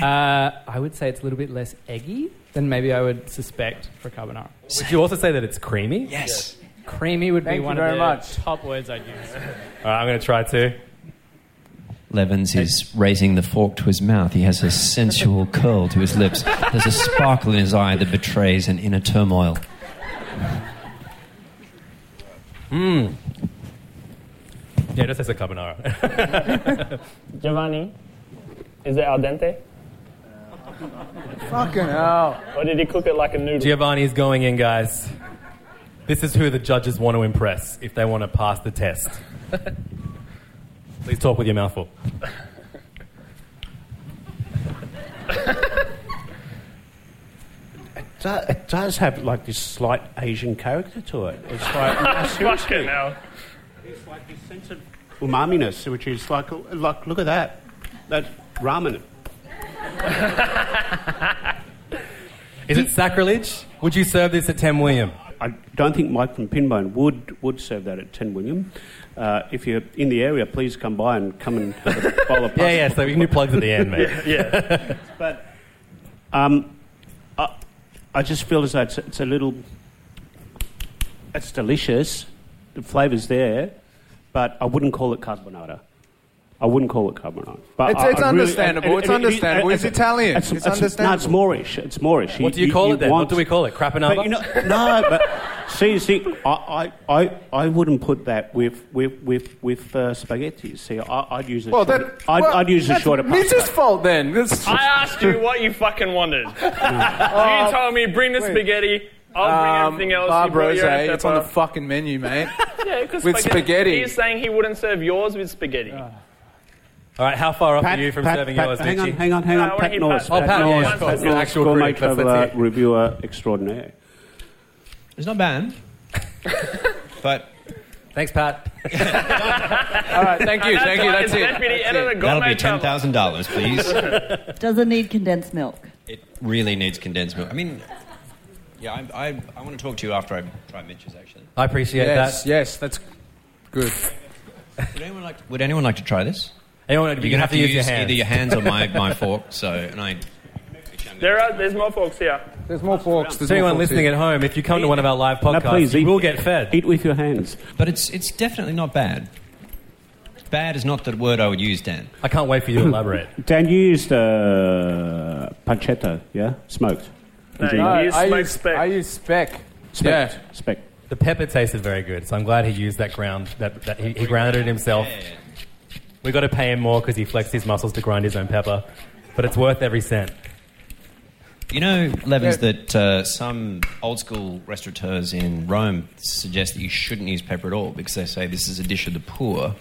Speaker 10: Uh, I would say it's a little bit less eggy than maybe I would suspect for carbonara.
Speaker 3: Would you also say that it's creamy?
Speaker 5: Yes.
Speaker 10: Creamy would
Speaker 7: Thank
Speaker 10: be
Speaker 7: you
Speaker 10: one
Speaker 7: very
Speaker 10: of the
Speaker 7: much.
Speaker 10: top words I'd use.
Speaker 3: All right, I'm going to try to.
Speaker 5: Levens is raising the fork to his mouth. He has a sensual curl to his lips. There's a sparkle in his eye that betrays an inner turmoil.
Speaker 3: Mmm. Yeah, just as a carbonara.
Speaker 4: Giovanni, is it al dente?
Speaker 7: Fucking hell.
Speaker 4: Or did he cook it like a noodle?
Speaker 3: Giovanni's going in, guys. This is who the judges want to impress if they want to pass the test. Please talk with your mouth full.
Speaker 8: Do- It does have like this slight Asian character to it. It's like no, seriously, It's like this sense of umaminess, which is like, like look at that, that ramen.
Speaker 3: Is it sacrilege? Would you serve this at Ten William?
Speaker 8: I don't think Mike from Pinbone would would serve that at Ten William. Uh, if you're in the area, please come by and come and have a bowl of pasta.
Speaker 3: Yeah, yeah, so we can do plugs at the end, mate.
Speaker 8: yeah, but um, I, I just feel as though it's, it's a little. It's delicious, the flavour's there, but I wouldn't call it carbonara. I wouldn't call it carbonara. But
Speaker 7: It's-
Speaker 8: I-
Speaker 7: it's
Speaker 8: I really-
Speaker 7: understandable, it's understandable, it's Italian, it's
Speaker 8: No,
Speaker 7: understandable.
Speaker 8: it's Moorish. It's Moorish.
Speaker 3: What do you call it then? What
Speaker 8: want-
Speaker 3: do we call it? Crapanaba?
Speaker 8: But you know- no, but see, see, I, I, I, I wouldn't put that with with with, with uh, spaghetti. See, I, I'd use a
Speaker 7: Well,
Speaker 8: shorter,
Speaker 7: that,
Speaker 8: I'd,
Speaker 7: well,
Speaker 8: I'd use a
Speaker 7: that's
Speaker 8: shorter pasta.
Speaker 7: Mrs. fault then. This-
Speaker 2: I asked you what you fucking wanted. you told me bring the
Speaker 7: Uh, wait.
Speaker 2: spaghetti. I'll bring everything else.
Speaker 7: Barb
Speaker 2: you brought your own
Speaker 7: Rosé, Um, it's on the
Speaker 2: pepper.
Speaker 7: fucking menu, mate.
Speaker 2: Yeah, 'cause
Speaker 7: with spaghetti.
Speaker 2: He's saying he wouldn't serve yours with spaghetti.
Speaker 3: All right, how far off
Speaker 8: Pat-
Speaker 3: are you from
Speaker 8: Pat-
Speaker 3: serving
Speaker 8: Pat-
Speaker 3: yours,
Speaker 8: hang on,
Speaker 3: Dickie?
Speaker 8: hang on, hang
Speaker 2: No, I
Speaker 8: on.
Speaker 2: wanna
Speaker 8: Pat
Speaker 2: hear
Speaker 8: Norris.
Speaker 2: Pat. Oh, Pat Norris,
Speaker 8: Norris.
Speaker 2: of course,
Speaker 8: Pat
Speaker 2: the
Speaker 8: Norris,
Speaker 2: actual
Speaker 8: gourmet
Speaker 2: critic. That's
Speaker 8: traveller,
Speaker 2: it.
Speaker 8: reviewer extraordinaire.
Speaker 5: It's not bad. But
Speaker 3: thanks, Pat.
Speaker 7: All right, thank you,
Speaker 2: And
Speaker 7: thank you.
Speaker 2: why
Speaker 7: That's
Speaker 2: his
Speaker 7: it.
Speaker 2: Deputy editor
Speaker 5: That'll
Speaker 2: Gourmet Traveller.
Speaker 5: be ten thousand dollars, please.
Speaker 6: Does it need condensed milk?
Speaker 5: really needs condensed milk. I mean, yeah, I, I, I want to talk to you after I try Mitch's actually.
Speaker 3: I appreciate
Speaker 7: yes,
Speaker 3: that.
Speaker 7: yes, that's good.
Speaker 5: Would anyone like? Would anyone like to try this?
Speaker 3: Anyone, you're
Speaker 5: You're
Speaker 3: going
Speaker 5: gonna have to use,
Speaker 3: your hands.
Speaker 5: either your hands or my, my fork. So, and I
Speaker 2: There are, there's more folks here.
Speaker 7: There's more forks. There's
Speaker 3: To
Speaker 7: more
Speaker 3: anyone
Speaker 7: forks
Speaker 3: listening
Speaker 7: here.
Speaker 3: at home, if you come to one of our live
Speaker 8: No,
Speaker 3: podcasts,
Speaker 8: please,
Speaker 3: you
Speaker 8: eat-
Speaker 3: will get fed.
Speaker 8: Eat with your hands.
Speaker 5: But it's it's definitely not bad. Bad is not the word I would use, Dan.
Speaker 3: I can't wait for you to elaborate.
Speaker 8: Dan, you used uh, pancetta, yeah? Smoked.
Speaker 2: No,
Speaker 8: Did you?
Speaker 2: you
Speaker 7: I
Speaker 2: smoke
Speaker 7: use,
Speaker 2: spec.
Speaker 7: I use spec.
Speaker 8: Smoked.
Speaker 7: Yeah.
Speaker 8: Spec.
Speaker 3: The pepper tasted very good, so I'm glad he used that ground. That, that he, he grounded it himself. We got to pay him more because he flexed his muscles to grind his own pepper, but it's worth every cent.
Speaker 5: You know, Levins, that uh, some old school restaurateurs in Rome suggest that you shouldn't use pepper at all because they say this is a dish of the poor.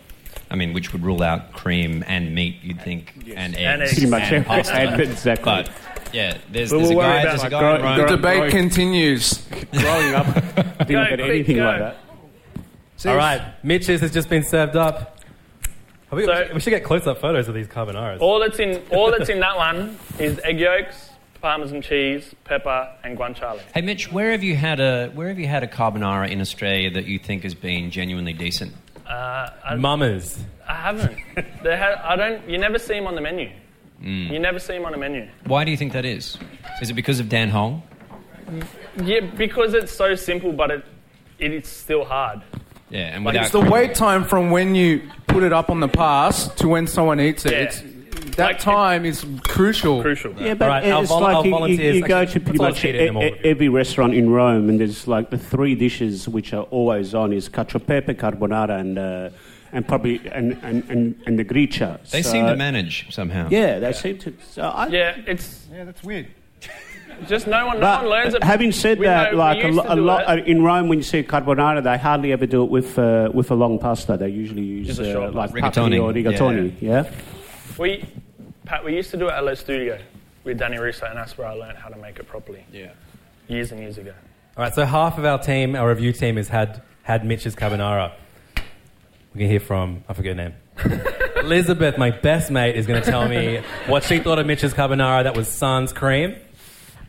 Speaker 5: I mean, which would rule out cream and meat, you'd think, and eggs.
Speaker 2: And eggs.
Speaker 8: Pretty much.
Speaker 5: and pasta.
Speaker 8: And- exactly.
Speaker 5: But, yeah,
Speaker 2: But
Speaker 5: there's, there's a
Speaker 2: we'll worry
Speaker 5: guy,
Speaker 2: about
Speaker 5: there's a
Speaker 2: like
Speaker 5: guy
Speaker 8: grow-
Speaker 5: in Rome.
Speaker 8: grow-
Speaker 7: The debate
Speaker 8: Growing-
Speaker 7: continues.
Speaker 8: Growing up, didn't
Speaker 2: Go,
Speaker 8: get
Speaker 2: quick,
Speaker 8: anything
Speaker 2: go.
Speaker 8: like that.
Speaker 3: All right, Mitch's has just been served up. Have We,
Speaker 2: So-
Speaker 3: we should- we should get close-up photos of these carbonaras.
Speaker 2: All that's in all that's in that one is egg yolks, parmesan cheese, pepper, and guanciale.
Speaker 5: Hey, Mitch, where have you had a where have you had a carbonara in Australia that you think has been genuinely decent?
Speaker 2: Uh, I,
Speaker 3: Mamas.
Speaker 2: I haven't. They ha- I don't. You never see them on the menu.
Speaker 3: Mm.
Speaker 2: You never see them on a menu.
Speaker 5: Mm. Why do you think that is? Is it because of Dan Hong?
Speaker 2: Yeah, because it's so simple, but it it's still hard.
Speaker 5: Yeah, and
Speaker 2: Like,
Speaker 5: without
Speaker 2: it's
Speaker 7: The wait time from when you put it up on the pass to when someone eats it,
Speaker 2: Yeah.
Speaker 7: it's, that
Speaker 2: Like, it-
Speaker 7: time is crucial.
Speaker 2: Crucial.
Speaker 8: Yeah, but
Speaker 3: Alright, our
Speaker 8: it's
Speaker 3: vol- our
Speaker 8: like you- you,
Speaker 3: volunteers-
Speaker 8: you go to
Speaker 3: actually,
Speaker 8: pretty
Speaker 3: let's all
Speaker 8: much
Speaker 3: feed it
Speaker 8: e-
Speaker 3: and all
Speaker 8: e-
Speaker 3: of you.
Speaker 8: every restaurant in Rome, and there's like the three dishes which are always on is caciopepe, carbonara, and uh, and probably and and and, and the gricia.
Speaker 5: They
Speaker 8: So-
Speaker 5: seem to manage somehow.
Speaker 8: Yeah, they seem to. So I,
Speaker 2: Yeah, it's
Speaker 7: Yeah, that's weird.
Speaker 2: just no one.
Speaker 8: But
Speaker 2: no one learns it.
Speaker 8: having said
Speaker 2: We
Speaker 8: that,
Speaker 2: know- we
Speaker 8: like a,
Speaker 2: used
Speaker 8: lo-
Speaker 2: to
Speaker 8: a
Speaker 2: do
Speaker 8: lot
Speaker 2: it.
Speaker 8: uh, in Rome, when you see carbonara, they hardly ever do it with uh, with a long pasta. They usually use
Speaker 2: Just a
Speaker 8: uh,
Speaker 2: short
Speaker 8: like
Speaker 5: pasta.
Speaker 8: rigatoni or
Speaker 5: Rigatoni,
Speaker 8: rigatoni. Yeah.
Speaker 2: We, Pat, we used to do it at Lo Studio. with Danny Russo, and that's where I learned how to make it properly.
Speaker 5: Yeah.
Speaker 2: Years and years ago.
Speaker 3: All right, so half of our team, our review team, has had, had Mitch's carbonara. We can hear from, I forget her name. Elizabeth, my best mate, is going to tell me what she thought of Mitch's carbonara. That was sans cream.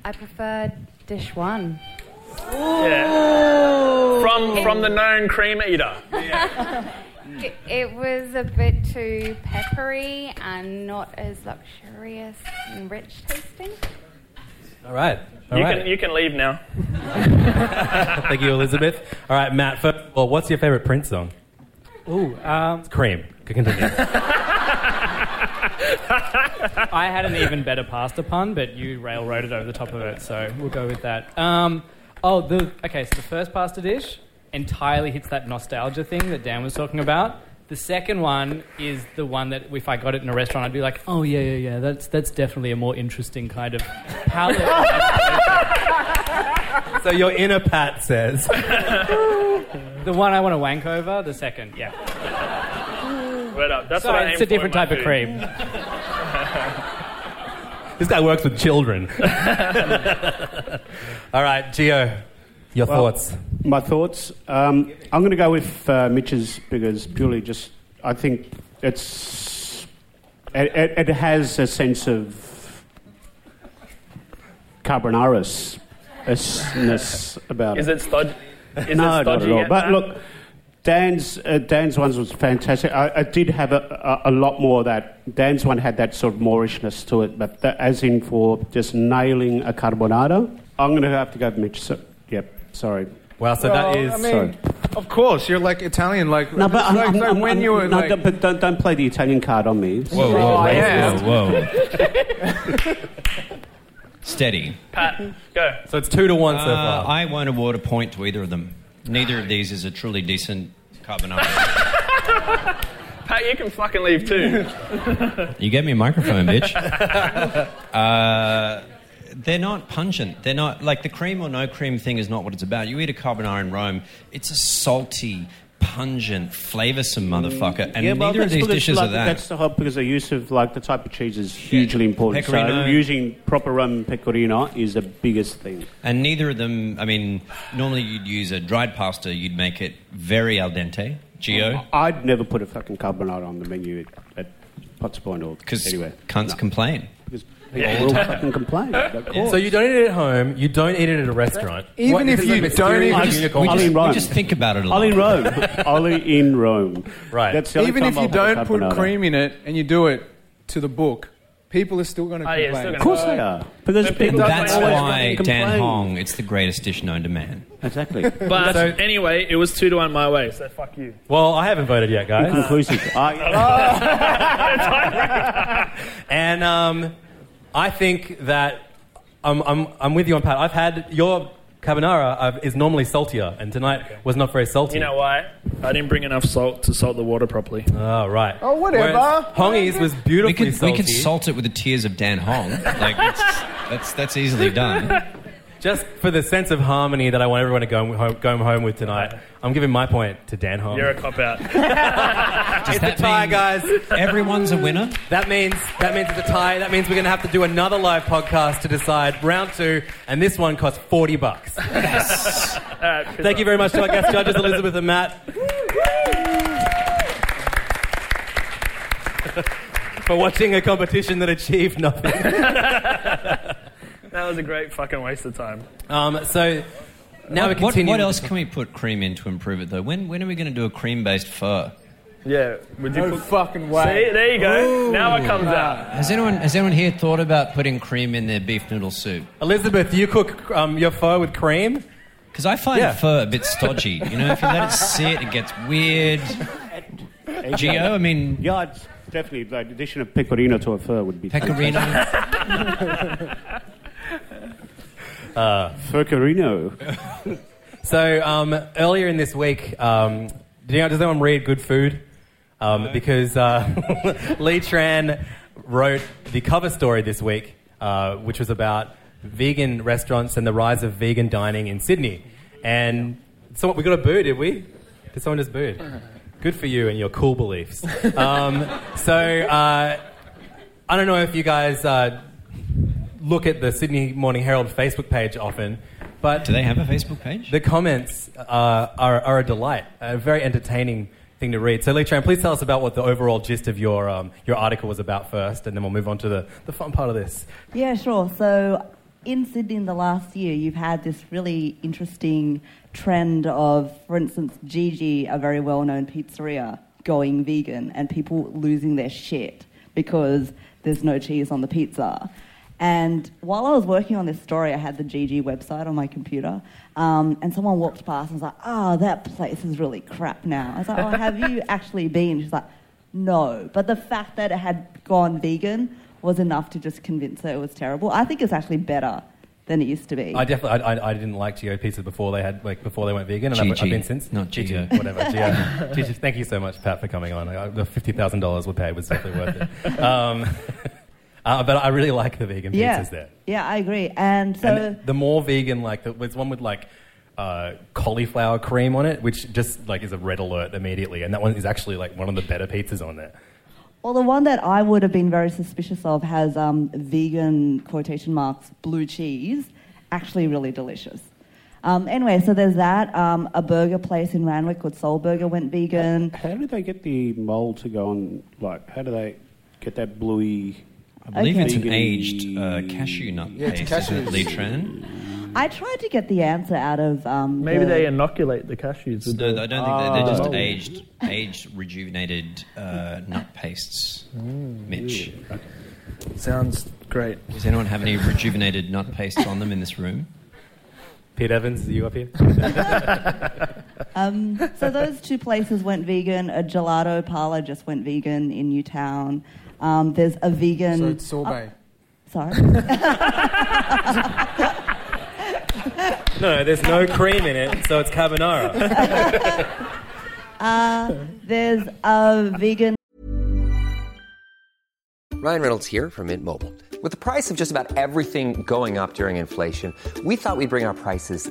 Speaker 9: I prefer dish one.
Speaker 2: Yeah. From from the known cream eater.
Speaker 9: It was a bit too peppery and not as luxurious and rich tasting.
Speaker 3: All right. all
Speaker 2: you
Speaker 3: right.
Speaker 2: can you can leave now.
Speaker 3: Thank you, Elizabeth. All right, Matt. First of all, what's your favorite Prince song?
Speaker 10: Ooh, um,
Speaker 3: It's Cream. Continue.
Speaker 10: I had an even better pasta pun, but you railroaded over the top of it, so we'll go with that. Um, oh, the okay. So the first pasta dish entirely hits that nostalgia thing that Dan was talking about. The second one is the one that if I got it in a restaurant, I'd be like, oh yeah, yeah, yeah. That's that's definitely a more interesting kind of palate.
Speaker 3: so your inner Pat says.
Speaker 10: the one I want to wank over. The second, yeah.
Speaker 2: Right up. That's
Speaker 10: Sorry,
Speaker 2: what I
Speaker 10: it's
Speaker 2: aim
Speaker 10: a different
Speaker 2: for in
Speaker 10: type
Speaker 2: my
Speaker 10: of
Speaker 2: food.
Speaker 10: cream.
Speaker 3: This guy works with children. All right, Gio, your
Speaker 8: Well,
Speaker 3: thoughts.
Speaker 8: My thoughts. Um, I'm going to go with uh, Mitch's because purely just I think it's it, it, it has a sense of carbonara's ness about
Speaker 2: Is it stodgy? Is
Speaker 8: no,
Speaker 2: it
Speaker 8: not
Speaker 2: stodgy
Speaker 8: at all.
Speaker 2: yet,
Speaker 8: But
Speaker 2: Matt?
Speaker 8: look, Dan's uh, Dan's ones was fantastic. I, I did have a, a, a lot more of that. Dan's one had that sort of Moorishness to it, but the, as in for just nailing a carbonara, I'm going to have to go with Mitch. So, yep, sorry.
Speaker 3: Wow,
Speaker 7: so that Well, is- I mean,
Speaker 8: sorry.
Speaker 7: Of course, you're like Italian. Like
Speaker 8: No, but I'm,
Speaker 7: like,
Speaker 8: I'm-
Speaker 7: like
Speaker 8: I'm-
Speaker 7: when
Speaker 8: I'm-
Speaker 7: you were
Speaker 8: no,
Speaker 7: like,
Speaker 8: don't, but don't, don't play the Italian card on me.
Speaker 5: Whoa,
Speaker 7: Oh,
Speaker 5: whoa, whoa,
Speaker 7: I am.
Speaker 5: whoa, whoa. Steady.
Speaker 2: Pat, go.
Speaker 3: So it's two to one so
Speaker 5: Uh,
Speaker 3: far.
Speaker 5: I won't award a point to either of them. Neither of these is a truly decent carbonara.
Speaker 2: Pat, you can fucking leave too.
Speaker 5: you gave me a microphone, bitch. Uh, they're not pungent. They're not like the cream or no cream thing is not what it's about. You eat a carbonara in Rome, it's a salty, pungent, flavoursome motherfucker, and
Speaker 8: yeah, well,
Speaker 5: neither of
Speaker 8: that's
Speaker 5: these
Speaker 8: because,
Speaker 5: dishes
Speaker 8: like,
Speaker 5: are that.
Speaker 8: That's the whole because the use of like the type of cheese is hugely important.
Speaker 5: Pecorino.
Speaker 8: So using proper Roman pecorino is the biggest thing.
Speaker 5: And neither of them, I mean, normally you'd use a dried pasta, you'd make it very al dente, Gio,
Speaker 8: I'd never put a fucking carbonara on the menu at, at Potts Point or
Speaker 5: because
Speaker 8: anywhere.
Speaker 5: cunts complain.
Speaker 8: Because people will fucking complain. Of course.
Speaker 3: So you don't eat it at home. You don't eat it at a restaurant.
Speaker 7: Even
Speaker 3: What,
Speaker 7: if
Speaker 3: is
Speaker 7: you
Speaker 3: it a
Speaker 7: don't
Speaker 3: mysterious
Speaker 7: even-
Speaker 3: unicorn?
Speaker 8: I'll
Speaker 5: We
Speaker 8: in
Speaker 5: just, we
Speaker 8: Rome.
Speaker 5: just think about it a lot.
Speaker 8: Ollie in Rome. Ollie in Rome.
Speaker 3: Right.
Speaker 8: That's the only
Speaker 7: even
Speaker 8: time
Speaker 7: if you
Speaker 8: I'll have a
Speaker 7: don't put
Speaker 8: carbonara.
Speaker 7: cream in it and you do it to the book, people are still going to
Speaker 2: Oh, yeah,
Speaker 7: complain.
Speaker 2: it's still
Speaker 8: Of course
Speaker 2: Uh,
Speaker 8: they are. Because
Speaker 2: but
Speaker 8: people
Speaker 2: people
Speaker 8: always
Speaker 5: That's
Speaker 2: Always
Speaker 5: why
Speaker 8: fucking
Speaker 5: Dan
Speaker 8: complain.
Speaker 5: Hong, it's the greatest dish known to man.
Speaker 8: Exactly.
Speaker 2: But anyway, it was two to one my way, so fuck you.
Speaker 3: Well, I haven't voted yet, guys.
Speaker 8: Inconclusive. I,
Speaker 3: Oh. and um, I think that I'm, I'm, I'm with you on Pat. I've had your carbonara uh, is normally saltier, and tonight was not very salty.
Speaker 2: You know why? I didn't bring enough salt to salt the water properly.
Speaker 3: Oh, right.
Speaker 7: Oh, whatever.
Speaker 3: Whereas Hongies was beautifully
Speaker 5: We could, we
Speaker 3: salty.
Speaker 5: could salt it with the tears of Dan Hong. Like, it's, that's, that's easily done.
Speaker 3: Just for the sense of harmony that I want everyone to go home, go home with tonight, I'm giving my point to Dan Hong.
Speaker 2: You're a cop out.
Speaker 5: Does
Speaker 3: it's a tie,
Speaker 5: mean
Speaker 3: guys.
Speaker 5: Everyone's a winner.
Speaker 3: That means that means it's a tie. That means we're going to have to do another live podcast to decide round two, and this one costs forty bucks. Thank you very much to our guest judges, Elizabeth and Matt. For watching a competition that achieved nothing.
Speaker 2: That was a great fucking waste of time.
Speaker 3: Um, so now we
Speaker 5: What, what,
Speaker 3: continue.
Speaker 5: what
Speaker 3: with
Speaker 5: else can we put cream in to improve it, though? When, when are we going to do a cream based fur?
Speaker 2: Yeah. Would you
Speaker 7: No
Speaker 2: put-
Speaker 7: fucking
Speaker 2: See,
Speaker 7: way.
Speaker 2: there you go. Now it comes out.
Speaker 5: Has anyone, has anyone here thought about putting cream in their beef noodle soup?
Speaker 3: Elizabeth, you cook um, your pho with cream.
Speaker 5: Because I find
Speaker 3: Yeah.
Speaker 5: fur a bit stodgy. You know, if you let it sit, it gets weird. Geo, I mean,
Speaker 8: yeah, it's definitely. The addition of pecorino to a fur would be.
Speaker 5: pecorino.
Speaker 8: Pecorino.
Speaker 3: So um, earlier in this week, um, do you, does anyone read Good Food? Um, Because uh, Lee Tran wrote the cover story this week, uh, which was about vegan restaurants and the rise of vegan dining in Sydney. And so we got a boo, did we? Did someone just boo? Good for you and your cool beliefs. Um, so uh, I don't know if you guys. Uh, look at the Sydney Morning Herald Facebook page often, but
Speaker 5: do they have a Facebook page?
Speaker 3: The comments uh, are, are a delight, a very entertaining thing to read. So, Lee Tran, please tell us about what the overall gist of your um, your article was about first, and then we'll move on to the, the fun part of this.
Speaker 6: Yeah, sure. So in Sydney in the last year, you've had this really interesting trend of, for instance, Gigi, a very well known pizzeria, going vegan and people losing their shit because there's no cheese on the pizza. And while I was working on this story, I had the Gigi website on my computer, um, and someone walked past and was like, "Ah, that place is really crap now." I was like, "Oh, have you actually been?" She's like, "No," but the fact that it had gone vegan was enough to just convince her it was terrible. I think it's actually better than it used to be.
Speaker 3: I definitely I, I, I didn't like Geo pizzas before they had like before they went vegan, and I've,
Speaker 5: Gigi,
Speaker 3: I've been since.
Speaker 5: not
Speaker 3: Gigi,
Speaker 5: Gio.
Speaker 3: whatever. Gio. Gigi, thank you so much, Pat, for coming on. I, the fifty thousand dollars we paid was definitely worth it. Um, uh, but I really like the vegan
Speaker 6: yeah,
Speaker 3: pizzas there.
Speaker 6: yeah, I agree. And so
Speaker 3: and the more vegan, like the, there's one with like uh, cauliflower cream on it, which just like is a red alert immediately, and that one is actually like one of the better pizzas on there.
Speaker 6: Well, the one that I would have been very suspicious of has um, vegan quotation marks blue cheese, actually really delicious. Um, anyway, so there's that. Um, a burger place in Ranwick called Soul Burger went vegan.
Speaker 8: How do they get the mold to go on? Like, how do they get that bluey?
Speaker 5: I believe it's an aged uh, cashew nut
Speaker 8: Yeah, it's
Speaker 5: paste,
Speaker 8: cashews.
Speaker 5: isn't it, Lee Tran?
Speaker 6: I tried to get the answer out of um,
Speaker 2: Maybe
Speaker 6: the-
Speaker 2: they inoculate the cashews. with
Speaker 5: No,
Speaker 2: the-
Speaker 5: I don't think they're, they're just
Speaker 2: Oh.
Speaker 5: aged, aged, rejuvenated uh, nut pastes. Mitch,
Speaker 2: Sounds great.
Speaker 5: does anyone have any rejuvenated nut pastes on them in this room?
Speaker 3: Pete Evans, are you up here?
Speaker 6: Um, so those two places went vegan. A gelato parlor just went vegan in Newtown. Um, there's a vegan.
Speaker 7: So it's sorbet.
Speaker 6: Oh, sorry.
Speaker 3: no, there's no cream in it, so it's carbonara.
Speaker 6: uh, there's a vegan
Speaker 11: Ryan Reynolds here from Mint Mobile. With the price of just about everything going up during inflation, we thought we'd bring our prices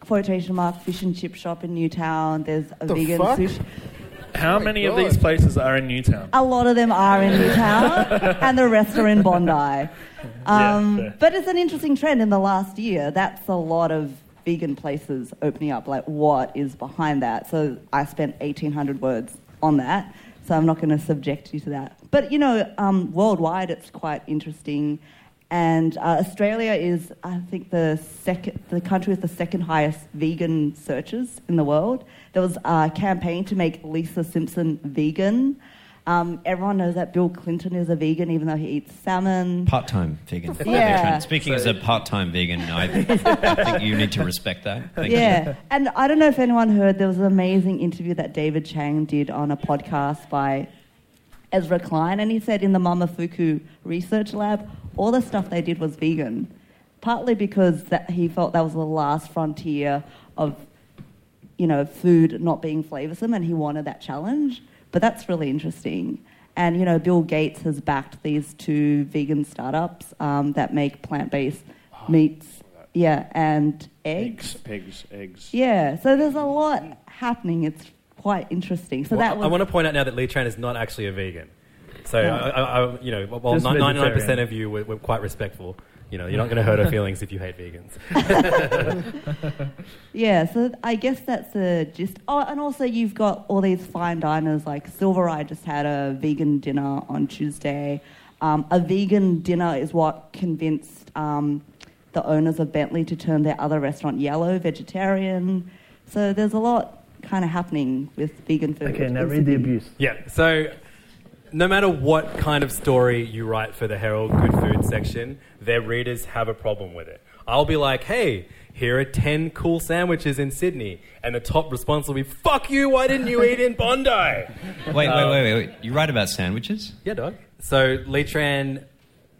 Speaker 6: quotation mark fish and chip shop in Newtown. There's a
Speaker 2: The
Speaker 6: vegan
Speaker 2: fuck?
Speaker 6: sushi.
Speaker 7: Oh
Speaker 2: How many of these places are in Newtown?
Speaker 6: A lot of them are in Newtown, and the rest are in Bondi. Um,
Speaker 2: fair.
Speaker 6: but it's an interesting trend in the last year. That's a lot of vegan places opening up. Like, what is behind that? So I spent 1,800 words on that. So I'm not going to subject you to that. But you know, um, worldwide, it's quite interesting. And uh, Australia is, I think, the second, the country with the second highest vegan searches in the world. There was a campaign to make Lisa Simpson vegan. Um, everyone knows that Bill Clinton is a vegan, even though he eats salmon.
Speaker 5: Part-time vegan.
Speaker 6: Yeah.
Speaker 5: Speaking as a part-time vegan, I think you need to respect that. Thank
Speaker 6: yeah,
Speaker 5: you.
Speaker 6: and I don't know if anyone heard, there was an amazing interview that David Chang did on a podcast by Ezra Klein, and he said in the Mamafuku Research Lab, all the stuff they did was vegan, partly because that he felt that was the last frontier of, you know, food not being flavoursome, and he wanted that challenge. But that's really interesting. And you know, Bill Gates has backed these two vegan startups um, that make plant-based meats Yeah, and eggs.
Speaker 8: Pigs, eggs.
Speaker 6: Yeah, so there's a lot happening. It's quite interesting. So
Speaker 3: Well,
Speaker 6: that
Speaker 3: I-
Speaker 6: was
Speaker 3: I want to point out now that Lee Tran is not actually a vegan. So,
Speaker 6: No.
Speaker 3: I, I, I, you know, while
Speaker 10: Just
Speaker 3: ninety nine percent
Speaker 10: vegetarian.
Speaker 3: of you were, were quite respectful, you know, you're not going to hurt her feelings if you hate vegans.
Speaker 6: Yeah, so I guess that's the gist. Oh, and also you've got all these fine diners like Silver Eye just had a vegan dinner on Tuesday. Um, a vegan dinner is what convinced um, the owners of Bentley to turn their other restaurant yellow vegetarian. So there's a lot kind of happening with vegan food.
Speaker 4: Okay, now
Speaker 6: in
Speaker 4: read the
Speaker 6: Sydney.
Speaker 4: abuse.
Speaker 3: Yeah. So, no matter what kind of story you write for the Herald Good Food section, their readers have a problem with it. I'll be like, hey, here are 10 cool sandwiches in Sydney. And the top response will be, fuck you, why didn't you eat in Bondi? wait,
Speaker 5: Wait, wait, wait, wait, wait. You write about sandwiches?
Speaker 3: Yeah, dog. So, Lee Tran,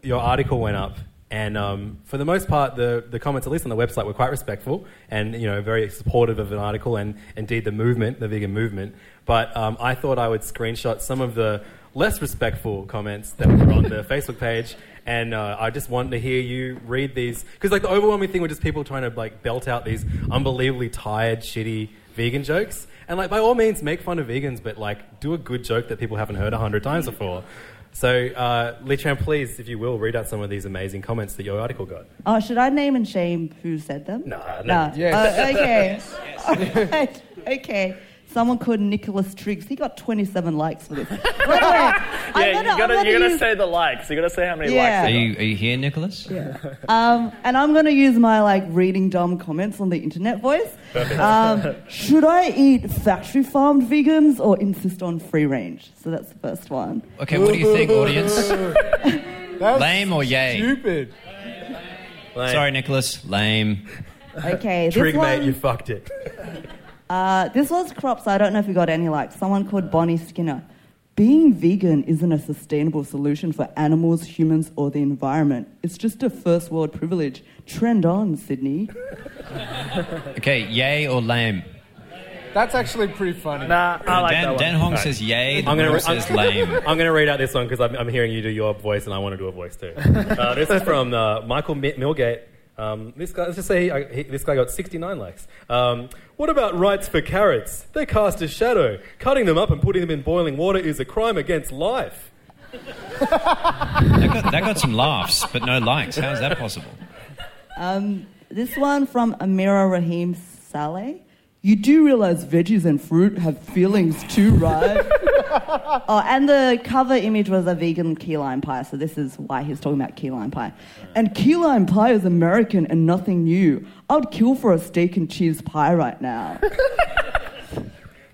Speaker 3: your article went up. And um, for the most part, the, the comments, at least on the website, were quite respectful and you know very supportive of an article and indeed the movement, the vegan movement. But um, I thought I would screenshot some of the less respectful comments that were on the Facebook page, and uh, I just wanted to hear you read these because like the overwhelming thing were just people trying to like belt out these unbelievably tired, shitty vegan jokes. And like by all means, make fun of vegans, but like do a good joke that people haven't heard a hundred times before. So, uh, Lee Tran, please, if you will, read out some of these amazing comments that your article got.
Speaker 6: Oh, should I name and shame who said them?
Speaker 3: No, no.
Speaker 6: no.
Speaker 3: Yes.
Speaker 6: Oh, okay.
Speaker 3: Yes,
Speaker 6: All right. Okay. Someone called Nicholas Triggs. He got 27 likes for this. Wait, wait. I'm gonna-
Speaker 2: Yeah, you
Speaker 6: I'm
Speaker 2: gotta,
Speaker 6: gonna
Speaker 2: you gotta
Speaker 6: use-
Speaker 2: say the likes. You gotta say how many
Speaker 6: Yeah.
Speaker 5: Are
Speaker 2: likes.
Speaker 5: you, are you here, Nicholas?
Speaker 2: Yeah.
Speaker 6: Um, and I'm going to use my like reading dumb comments on the internet voice. Um, should I eat factory farmed vegans or insist on free range? So that's the first one.
Speaker 5: Okay, what do you think, audience? Lame or yay?
Speaker 7: Stupid.
Speaker 5: Sorry, Nicholas. Lame.
Speaker 6: Okay, this Trig, mate, one- you
Speaker 3: fucked it.
Speaker 6: Uh, this was crops. I don't know if you got any likes. Someone called Bonnie Skinner. Being vegan isn't a sustainable solution for animals, humans, or the environment. It's just a first world privilege. Trend on, Sydney.
Speaker 5: Okay, yay or lame?
Speaker 7: That's actually pretty funny.
Speaker 2: Nah,
Speaker 5: I like Dan- that one. Dan Hong says yay, the winner says lame.
Speaker 3: I'm going to read out this one because I'm, I'm hearing you do your voice and I want to do a voice too. Uh, this is from uh, Michael Mi- Milgate. Um, this guy, let's just say I, he, this guy got 69 likes. Um, what about rights for carrots? They cast a shadow. Cutting them up and putting them in boiling water is a crime against life.
Speaker 5: That got, that got some laughs, but no likes. How is that possible?
Speaker 6: Um, this one from Amira Rahim Saleh. You do realize veggies and fruit have feelings too, right? oh, and the cover image was a vegan key lime pie, so this is why he's talking about key lime pie. And key lime pie is American and nothing new. I'd kill for a steak and cheese pie right now.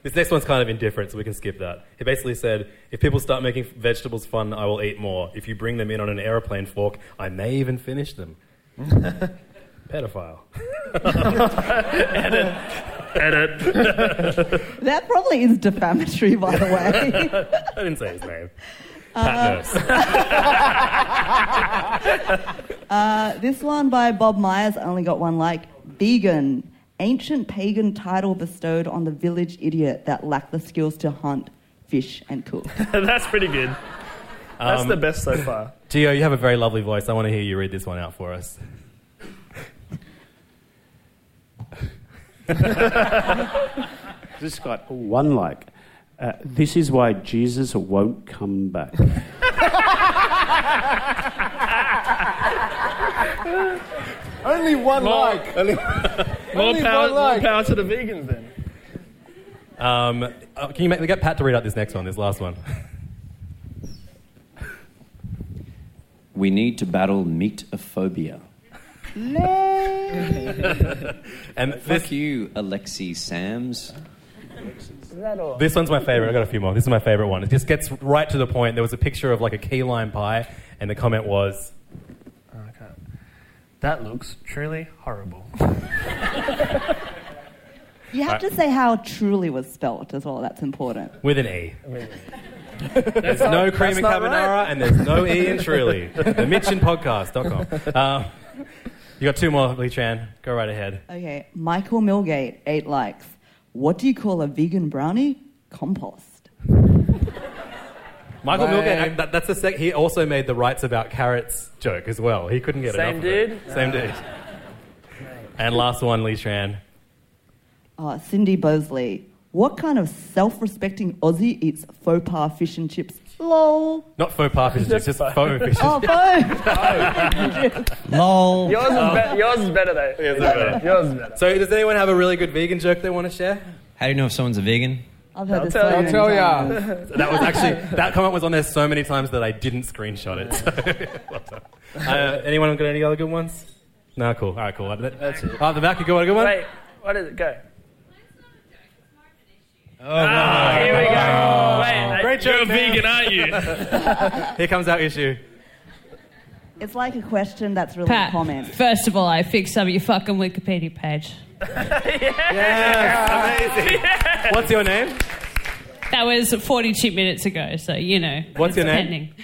Speaker 3: This next one's kind of indifferent, so we can skip that. He basically said, if people start making vegetables fun, I will eat more. If you bring them in on an aeroplane fork, I may even finish them. Pedophile.
Speaker 2: Edit. Edit.
Speaker 6: that probably is defamatory, by the way.
Speaker 3: I didn't say his name. Pat
Speaker 6: Uh, this one by Bob Myers I only got one like. Vegan, ancient pagan title bestowed on the village idiot that lacked the skills to hunt, fish, and cook.
Speaker 2: That's pretty good. That's
Speaker 3: Um,
Speaker 2: the best so far.
Speaker 3: Gio, you have a very lovely voice. I want to hear you read this one out for us.
Speaker 8: This got one like. Uh, this is why Jesus won't come back.
Speaker 7: Only one
Speaker 2: More-
Speaker 7: like. Only,
Speaker 2: More power,
Speaker 7: one like.
Speaker 2: more power to the vegans then.
Speaker 3: Um, uh, can you make, we get Pat to read out this next one, this last one?
Speaker 12: We need to battle meatophobia.
Speaker 3: and
Speaker 12: fuck you, Alexi Sams.
Speaker 4: Is that all?
Speaker 3: This one's my favorite. I got a few more. This is my favorite one. It just gets right to the point. There was a picture of like a key lime pie, and the comment was,
Speaker 2: That looks truly horrible.
Speaker 6: You have to say how truly was spelt as well, that's important.
Speaker 3: with an E. There's no cream in carbonara, and there's no E in truly. the MitchinPodcast.com. Um, you got two more, Lee Chan. Go right ahead.
Speaker 6: Okay, Michael Milgate, eight likes. What do you call a vegan brownie? Compost.
Speaker 3: Michael
Speaker 6: Lame.
Speaker 3: Milgate, that, that's the sec- he also made the rights about carrots joke as well. He couldn't get
Speaker 2: Same
Speaker 3: enough. of it.
Speaker 2: dude?
Speaker 3: Same
Speaker 2: Ah.
Speaker 3: dude. And last one, Lee Tran.
Speaker 6: Uh, Cindy Bosley. What kind of self-respecting Aussie eats faux pas fish and chips? Lol.
Speaker 3: Not faux pas fish and chips, just faux fish.
Speaker 6: Oh, faux.
Speaker 3: Lol.
Speaker 2: Yours is, be- yours is better though.
Speaker 3: Oh. Yours is better.
Speaker 2: Yours is better.
Speaker 3: So, does anyone have a really good vegan joke they want to share?
Speaker 5: How do you know if someone's a vegan?
Speaker 6: I've
Speaker 2: heard I'll this tell so you. many I'll tell ya. times.
Speaker 3: That was actually that comment was on there so many times that I didn't screenshot it. So, well done. Uh, anyone got any other good ones? No, cool. All right, cool. That's it. Oh, the back, you got a good one.
Speaker 2: Wait, what is it? Go.
Speaker 3: Oh, here we go.
Speaker 2: Wait,
Speaker 3: Great
Speaker 2: you're
Speaker 3: joke,
Speaker 2: a vegan, aren't you?
Speaker 3: Here comes our issue.
Speaker 6: It's like a question that's really
Speaker 13: Pat,
Speaker 6: a comment.
Speaker 13: first of all, I fixed up your fucking Wikipedia page.
Speaker 3: Yes, amazing. What's your name?
Speaker 13: That was 42 minutes ago, so you know.
Speaker 3: What's
Speaker 13: it's
Speaker 3: your name?
Speaker 13: pending.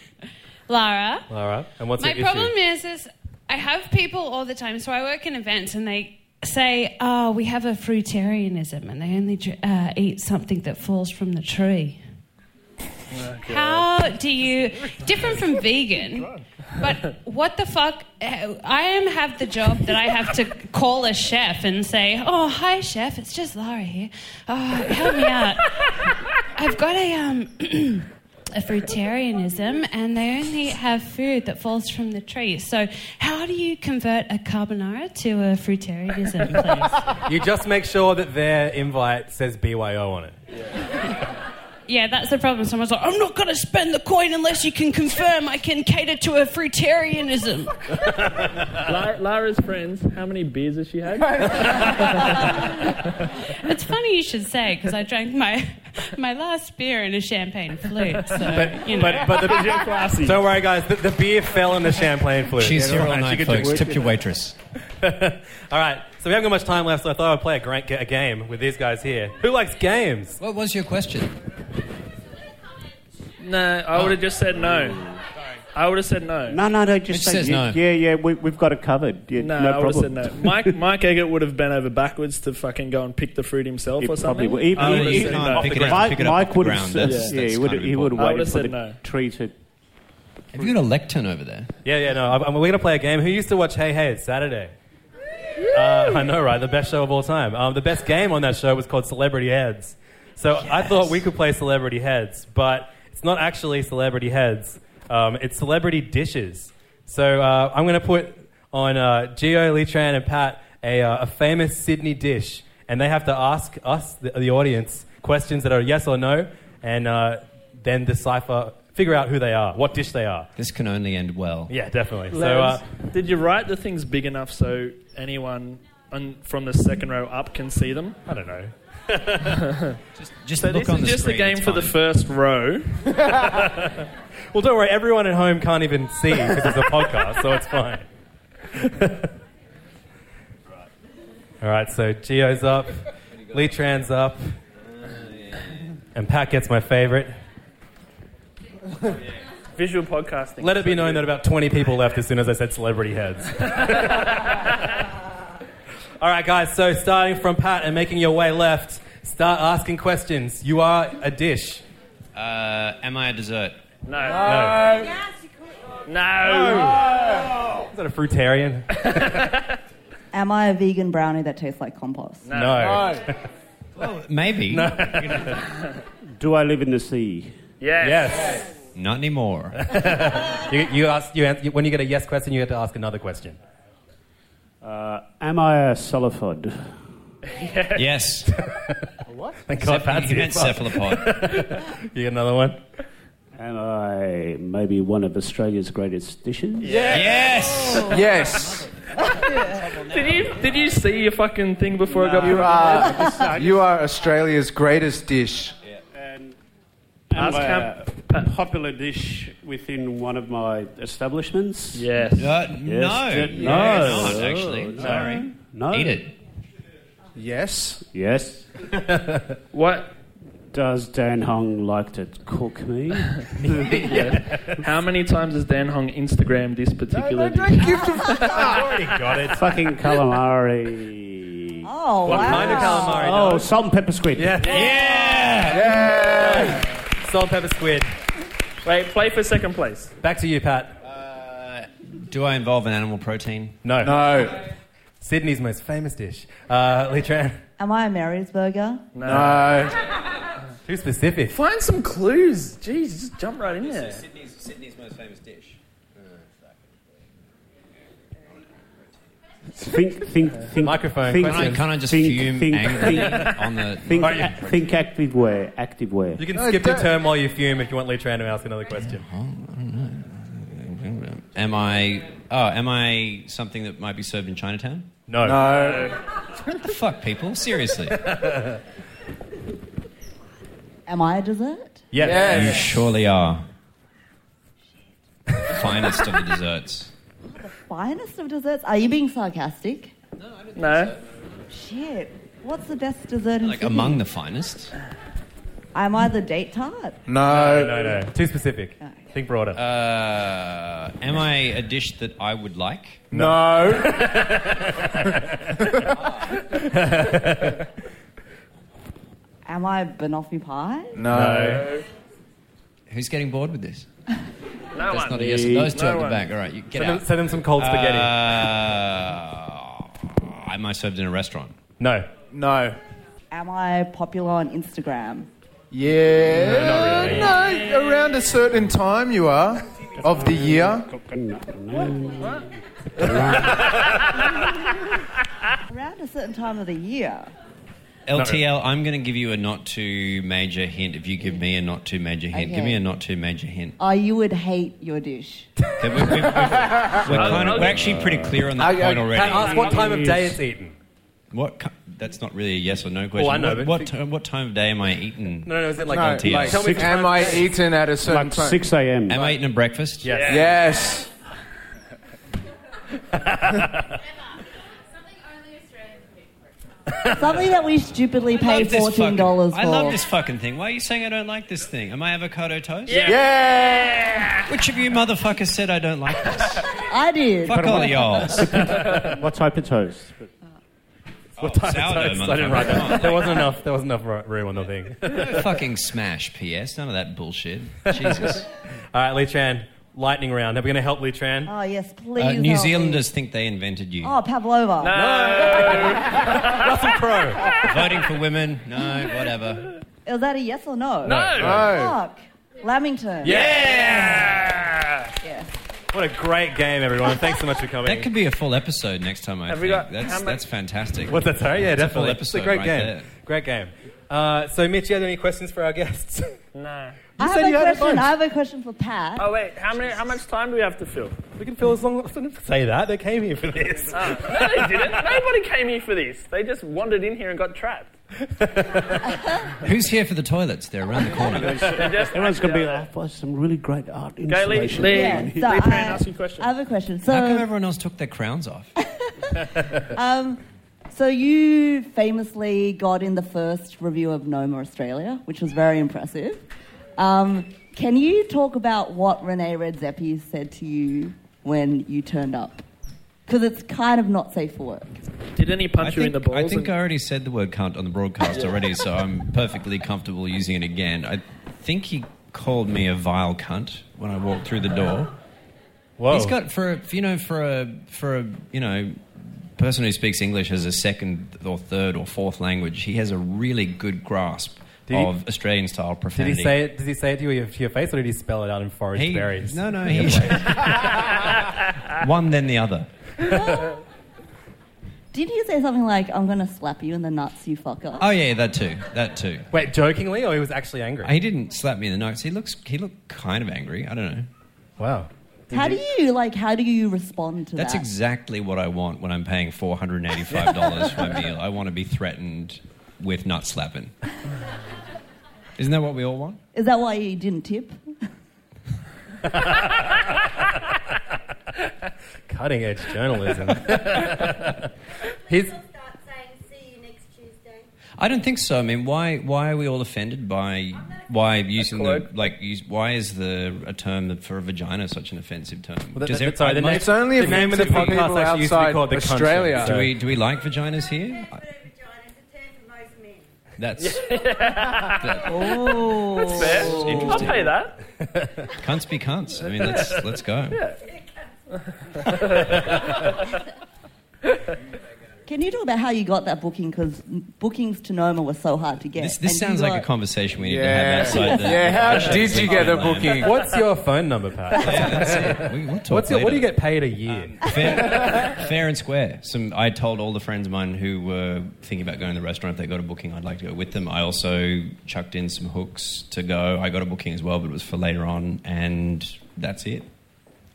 Speaker 13: Lara.
Speaker 3: Laura. And what's
Speaker 13: My
Speaker 3: your
Speaker 13: problem
Speaker 3: issue?
Speaker 13: is, is I have people all the time. So I work in events, and they say, "Oh, we have a fruitarianism, and they only dr- uh, eat something that falls from the tree." How do you different from vegan? But what the fuck? I am have the job that I have to call a chef and say, "Oh, hi, chef. It's just Lara here. Oh, help me out. I've got a um." a fruitarianism and they only have food that falls from the tree. So, how do you convert a carbonara to a fruitarianism, please?
Speaker 3: You just make sure that their invite says BYO on it.
Speaker 13: yeah, that's the problem. Someone's like, I'm not going to spend the coin unless you can confirm I can cater to a fruitarianism.
Speaker 2: La- Lara's friends, how many beers has she had?
Speaker 13: it's funny you should say because I drank my, my last beer in a champagne flute. So,
Speaker 3: But,
Speaker 13: you know.
Speaker 3: but, but the, don't worry, guys. The, the beer fell in the champagne flute.
Speaker 5: She's here all
Speaker 3: She
Speaker 5: night,
Speaker 3: could
Speaker 5: folks.
Speaker 3: just-
Speaker 5: Tip your waitress.
Speaker 3: All right, so we haven't got much time left, so I thought I'd play a great a game with these guys here. Who likes games?
Speaker 5: What was your question?
Speaker 2: no, I would have just said no. I would have said no.
Speaker 8: No, no, no. Just say yeah, yeah, yeah. We, we've got it covered. Yeah,
Speaker 2: No,
Speaker 8: no
Speaker 2: I would have
Speaker 8: problem.
Speaker 2: said no. Mike, Mike Eggert would have bent over backwards to fucking go and pick the fruit himself
Speaker 8: He
Speaker 2: or
Speaker 8: probably
Speaker 2: something.
Speaker 8: would. He-
Speaker 2: I
Speaker 8: he-
Speaker 2: would've
Speaker 8: he-
Speaker 2: said
Speaker 8: he-
Speaker 2: no.
Speaker 8: Mike, Mike would have
Speaker 5: ground.
Speaker 8: said,
Speaker 5: That's-
Speaker 8: yeah,
Speaker 5: that's
Speaker 8: he would
Speaker 5: kind
Speaker 8: have
Speaker 5: of
Speaker 8: he would
Speaker 5: important. I
Speaker 8: waited
Speaker 5: would've
Speaker 8: for
Speaker 5: said
Speaker 8: the
Speaker 5: no.
Speaker 8: tree to.
Speaker 5: Have you got a lectern over there?
Speaker 3: Yeah, yeah, no. I, I- we're gonna play a game. Who used to watch Hey Hey? It's Saturday. Uh, I know, right? The best show of all time. Um, the best game on that show was called Celebrity Heads. So I thought we could play Celebrity Heads, but it's not actually Celebrity Heads. Um, it's Celebrity Dishes. So uh, I'm gonna put on uh, Gio, Lee Tran, and Pat a, uh, a famous Sydney dish, and they have to ask us, the, the audience, questions that are yes or no, and uh, then decipher, figure out who they are, what dish they are.
Speaker 5: This can only end well.
Speaker 3: Yeah, definitely. So, uh,
Speaker 2: Lance, did you write the things big enough so anyone on, from the second row up can see them?
Speaker 3: I don't know.
Speaker 2: just
Speaker 5: just
Speaker 2: so
Speaker 5: look
Speaker 2: this
Speaker 5: on
Speaker 2: is
Speaker 5: the
Speaker 2: just
Speaker 5: screen,
Speaker 2: a game
Speaker 5: it's
Speaker 2: for the first row.
Speaker 3: well, don't worry. Everyone at home can't even see because it's a podcast, so it's fine. All right. So Geo's up, Lee Tran's up, and Pat gets my favorite.
Speaker 2: Visual podcasting.
Speaker 3: Let it be known that about 20 people left as soon as I said celebrity heads. All right, guys. So starting from Pat and making your way left, start asking questions. You are a dish.
Speaker 5: Uh, am I a dessert?
Speaker 2: No.
Speaker 3: No.
Speaker 2: No.
Speaker 3: Is that a fruitarian?
Speaker 6: Am I a vegan brownie that tastes like compost?
Speaker 3: No. No.
Speaker 5: Maybe.
Speaker 8: Do I live in the sea?
Speaker 2: Yes.
Speaker 3: Yes.
Speaker 5: Not anymore.
Speaker 3: you, you ask, you, ans- when you get a yes question, you have to ask another question.
Speaker 8: Uh, am I a cephalopod?
Speaker 5: Yes.
Speaker 8: what?
Speaker 3: Thank God, Patsy. you get another one?
Speaker 8: Am I maybe one of Australia's greatest dishes?
Speaker 2: Yes.
Speaker 7: Yes.
Speaker 2: did you did you see your fucking thing before I got
Speaker 7: You
Speaker 2: put on?
Speaker 7: are, Uh, you are Australia's greatest dish.
Speaker 8: Am
Speaker 2: Ask
Speaker 8: I
Speaker 2: Cam-
Speaker 8: a popular dish within one of my establishments?
Speaker 2: Yes.
Speaker 5: Uh,
Speaker 8: Yes,
Speaker 5: no.
Speaker 8: d-
Speaker 5: You're
Speaker 8: no.
Speaker 5: not, actually.
Speaker 8: No.
Speaker 5: Sorry.
Speaker 8: No.
Speaker 5: Eat it.
Speaker 7: Yes.
Speaker 8: Yes.
Speaker 2: what?
Speaker 8: Does Dan Hong like to cook me?
Speaker 2: Yeah. How many times has Dan Hong Instagrammed this particular? dish?
Speaker 3: Got it.
Speaker 8: Fucking calamari.
Speaker 6: Oh,
Speaker 3: What kind of calamari?
Speaker 8: Oh, salt and pepper squid.
Speaker 3: Yeah. Yeah. Salt, pepper, squid.
Speaker 2: Wait, play for second place.
Speaker 3: Back to you, Pat.
Speaker 5: Uh, Do I involve an animal protein?
Speaker 3: No.
Speaker 7: No.
Speaker 3: Sydney's most famous dish. Uh, Lee Tran.
Speaker 6: Am I a Mary's burger?
Speaker 3: Too specific.
Speaker 2: Find some clues. Jeez, just jump right in there.
Speaker 5: Sydney's, Sydney's most famous dish.
Speaker 8: Think, think, think.
Speaker 3: Microphone
Speaker 8: Think,
Speaker 5: question. Can't I just fume angrily on the-
Speaker 8: think,
Speaker 5: Are you-
Speaker 8: a- think active wear, active wear.
Speaker 3: You can skip the term while you fume if you want Lee Tran to ask another question.
Speaker 5: Am I? Oh, am I something that might be served in Chinatown?
Speaker 3: No.
Speaker 7: No.
Speaker 5: What the fuck, people? Seriously.
Speaker 6: Am I a dessert?
Speaker 5: You surely are. Finest of the desserts.
Speaker 6: Finest of desserts? Are you being sarcastic?
Speaker 2: No.
Speaker 6: Shit. What's the best dessert in
Speaker 5: Like
Speaker 6: Sydney?
Speaker 5: among the finest.
Speaker 6: Am I the date tart?
Speaker 3: No. No, no, no. Too specific. Think broader.
Speaker 5: Uh, am I a dish that I would like?
Speaker 3: No.
Speaker 6: Am I banoffee pie?
Speaker 5: No. Who's getting bored with this?
Speaker 2: No
Speaker 5: That's
Speaker 2: one.
Speaker 5: not a yes. Those two
Speaker 2: No
Speaker 5: at the
Speaker 2: one.
Speaker 5: back. All right, you get
Speaker 3: Send them-
Speaker 5: out.
Speaker 3: send them some cold spaghetti.
Speaker 5: Uh, am I served in a restaurant?
Speaker 3: No.
Speaker 7: No.
Speaker 6: Am I popular on Instagram?
Speaker 7: Yeah.
Speaker 6: No, not really.
Speaker 7: No, around a certain time you are of the year.
Speaker 6: Around a certain time of the year.
Speaker 5: LTL, I'm going to give you a not too major hint. If you give me a not too major hint, give
Speaker 6: Okay.
Speaker 5: me a not too major hint.
Speaker 6: Oh, you would hate your dish.
Speaker 5: Okay, we- we- we- we're, kind of- we're actually pretty clear on that
Speaker 3: Okay,
Speaker 5: point already.
Speaker 3: Pat, ask what time of day it's eaten.
Speaker 5: What? ki- That's not really a yes or no question.
Speaker 3: I know,
Speaker 5: What,
Speaker 3: but-
Speaker 5: what, time, what time of day am I eaten?
Speaker 3: No, no, is it like-
Speaker 5: on
Speaker 3: No,
Speaker 5: TS?
Speaker 3: like, tell me Six- the time- am I eaten at a certain Like time? 6
Speaker 8: a.m.
Speaker 5: Am I eating a breakfast?
Speaker 3: Yes.
Speaker 7: Yes.
Speaker 6: Something that we stupidly pay
Speaker 5: love this
Speaker 6: fourteen dollars for.
Speaker 5: I love this fucking thing. Why are you saying I don't like this thing? Am I avocado toast?
Speaker 6: Yeah.
Speaker 5: Which of you motherfuckers said I don't like this?
Speaker 6: I did.
Speaker 5: Fuck all y'all.
Speaker 8: what type of toast?
Speaker 2: Oh.
Speaker 3: What
Speaker 5: Oh,
Speaker 3: of
Speaker 5: sourdough,
Speaker 3: toast? I didn't write
Speaker 5: motherfucker.
Speaker 3: that. There wasn't enough. There wasn't enough ro- room on the thing.
Speaker 5: Fucking smash, PS. None of that bullshit. Jesus.
Speaker 3: All right, Lee Tran. Lightning round. Are we going to help Lee Tran?
Speaker 6: Oh yes, please.
Speaker 5: Uh, New
Speaker 6: help me.
Speaker 5: Zealanders think they invented you.
Speaker 6: Oh, Pavlova.
Speaker 3: Russell Crowe.
Speaker 5: Voting for women. No, whatever.
Speaker 6: Is that a yes or no?
Speaker 5: No. No.
Speaker 6: Fuck. Lamington.
Speaker 3: Yeah!
Speaker 6: Yeah.
Speaker 3: What a great game, everyone. Thanks so much for coming.
Speaker 5: That could be a full episode next time, I
Speaker 3: Have we
Speaker 5: think.
Speaker 3: got- how
Speaker 5: that's,
Speaker 3: many-
Speaker 5: that's fantastic.
Speaker 3: What's that? Sorry, yeah,
Speaker 5: That's a full
Speaker 3: definitely.
Speaker 5: episode
Speaker 3: it's a great
Speaker 5: right
Speaker 3: game.
Speaker 5: there.
Speaker 3: Great game. Uh, so, Mitch, you had any questions for our guests?
Speaker 2: No.
Speaker 6: I
Speaker 2: said
Speaker 6: have
Speaker 2: you
Speaker 6: a
Speaker 2: had a
Speaker 6: question.
Speaker 2: bunch.
Speaker 6: I have a question for Pat.
Speaker 2: Oh wait, how many? How much time do we have to fill?
Speaker 3: We can fill as long as Say that. They came here for this.
Speaker 2: Oh, no, they didn't. Nobody came here for this. They just wandered in here and got trapped.
Speaker 5: Who's here for the toilets? They're around the corner.
Speaker 8: Everyone's going to be like, oh, some really great art
Speaker 2: Lee-
Speaker 8: installation. uh,
Speaker 2: Lee-
Speaker 6: Yeah, so I, I have a question. So,
Speaker 5: How come everyone else took their crowns off?
Speaker 6: um, so you famously got in the first review of Noma Australia, which was very impressive. Um, can you talk about what Renee Redzepi said to you when you turned up? Because it's kind of not safe for work.
Speaker 2: Did any
Speaker 5: I
Speaker 2: punch you in
Speaker 5: think,
Speaker 2: the balls?
Speaker 5: I, think
Speaker 2: and-
Speaker 5: I already said the word cunt on the broadcast already, so I'm perfectly comfortable using it again. I think he called me a vile cunt when I walked through the door.
Speaker 3: Whoa.
Speaker 5: He's got for a, you know for a for a you know person who speaks English as a second or third or fourth language. He has a really good grasp
Speaker 3: Did he-
Speaker 5: of Australian style
Speaker 3: Did
Speaker 5: profanity.
Speaker 3: he say it? Did he say it to you to your face, or did he spell it out in forest
Speaker 5: He-
Speaker 3: berries?
Speaker 5: no, no, he- one then the other?
Speaker 6: Did you say something like, I'm going to slap you in the nuts, you fucker?
Speaker 5: Oh yeah, that too. That too.
Speaker 3: Wait, jokingly, or he was actually angry?
Speaker 5: He didn't slap me in the notes. He looks he looked kind of angry. I don't know.
Speaker 3: Wow.
Speaker 6: How do you, like, how do you respond to
Speaker 5: That's
Speaker 6: that?
Speaker 5: exactly what I want when I'm paying four hundred and eighty-five dollars for my meal. I want to be threatened with not slapping. Isn't that what we all want?
Speaker 6: Is that why you didn't tip?
Speaker 3: Cutting edge journalism. His,
Speaker 5: I don't think so. I mean, why why are we all offended by why using the like use, why is the a term that- for a vagina such an offensive term?
Speaker 3: that-
Speaker 5: Does
Speaker 3: that-
Speaker 5: every-
Speaker 3: sorry, the
Speaker 5: like-
Speaker 3: name- It's only the name of the offensive to podcast people actually used to be outside called The Cunt Show, Australia. so-
Speaker 5: Do we do we like vaginas here? That's
Speaker 6: Oh.
Speaker 2: That's fair. I'll
Speaker 5: interesting.
Speaker 2: pay that.
Speaker 5: cunts be cunts. I mean, let's let's go.
Speaker 2: Yeah.
Speaker 6: Can you talk about how you got that booking? Because bookings to Noma were so hard to get.
Speaker 5: This, this
Speaker 6: And
Speaker 5: sounds
Speaker 6: you
Speaker 5: like a
Speaker 6: got-
Speaker 5: conversation we need
Speaker 7: Yeah.
Speaker 5: to have outside the.
Speaker 7: Yeah, how did you get the booking?
Speaker 3: What's your phone number, Pat? What's your, what do you get paid a year?
Speaker 5: Um, Fair and square. Some I told all the friends of mine who were thinking about going to the restaurant if they got a booking, I'd like to go with them. I also chucked in some hooks to go. I got a booking as well, but it was for later on, and that's it.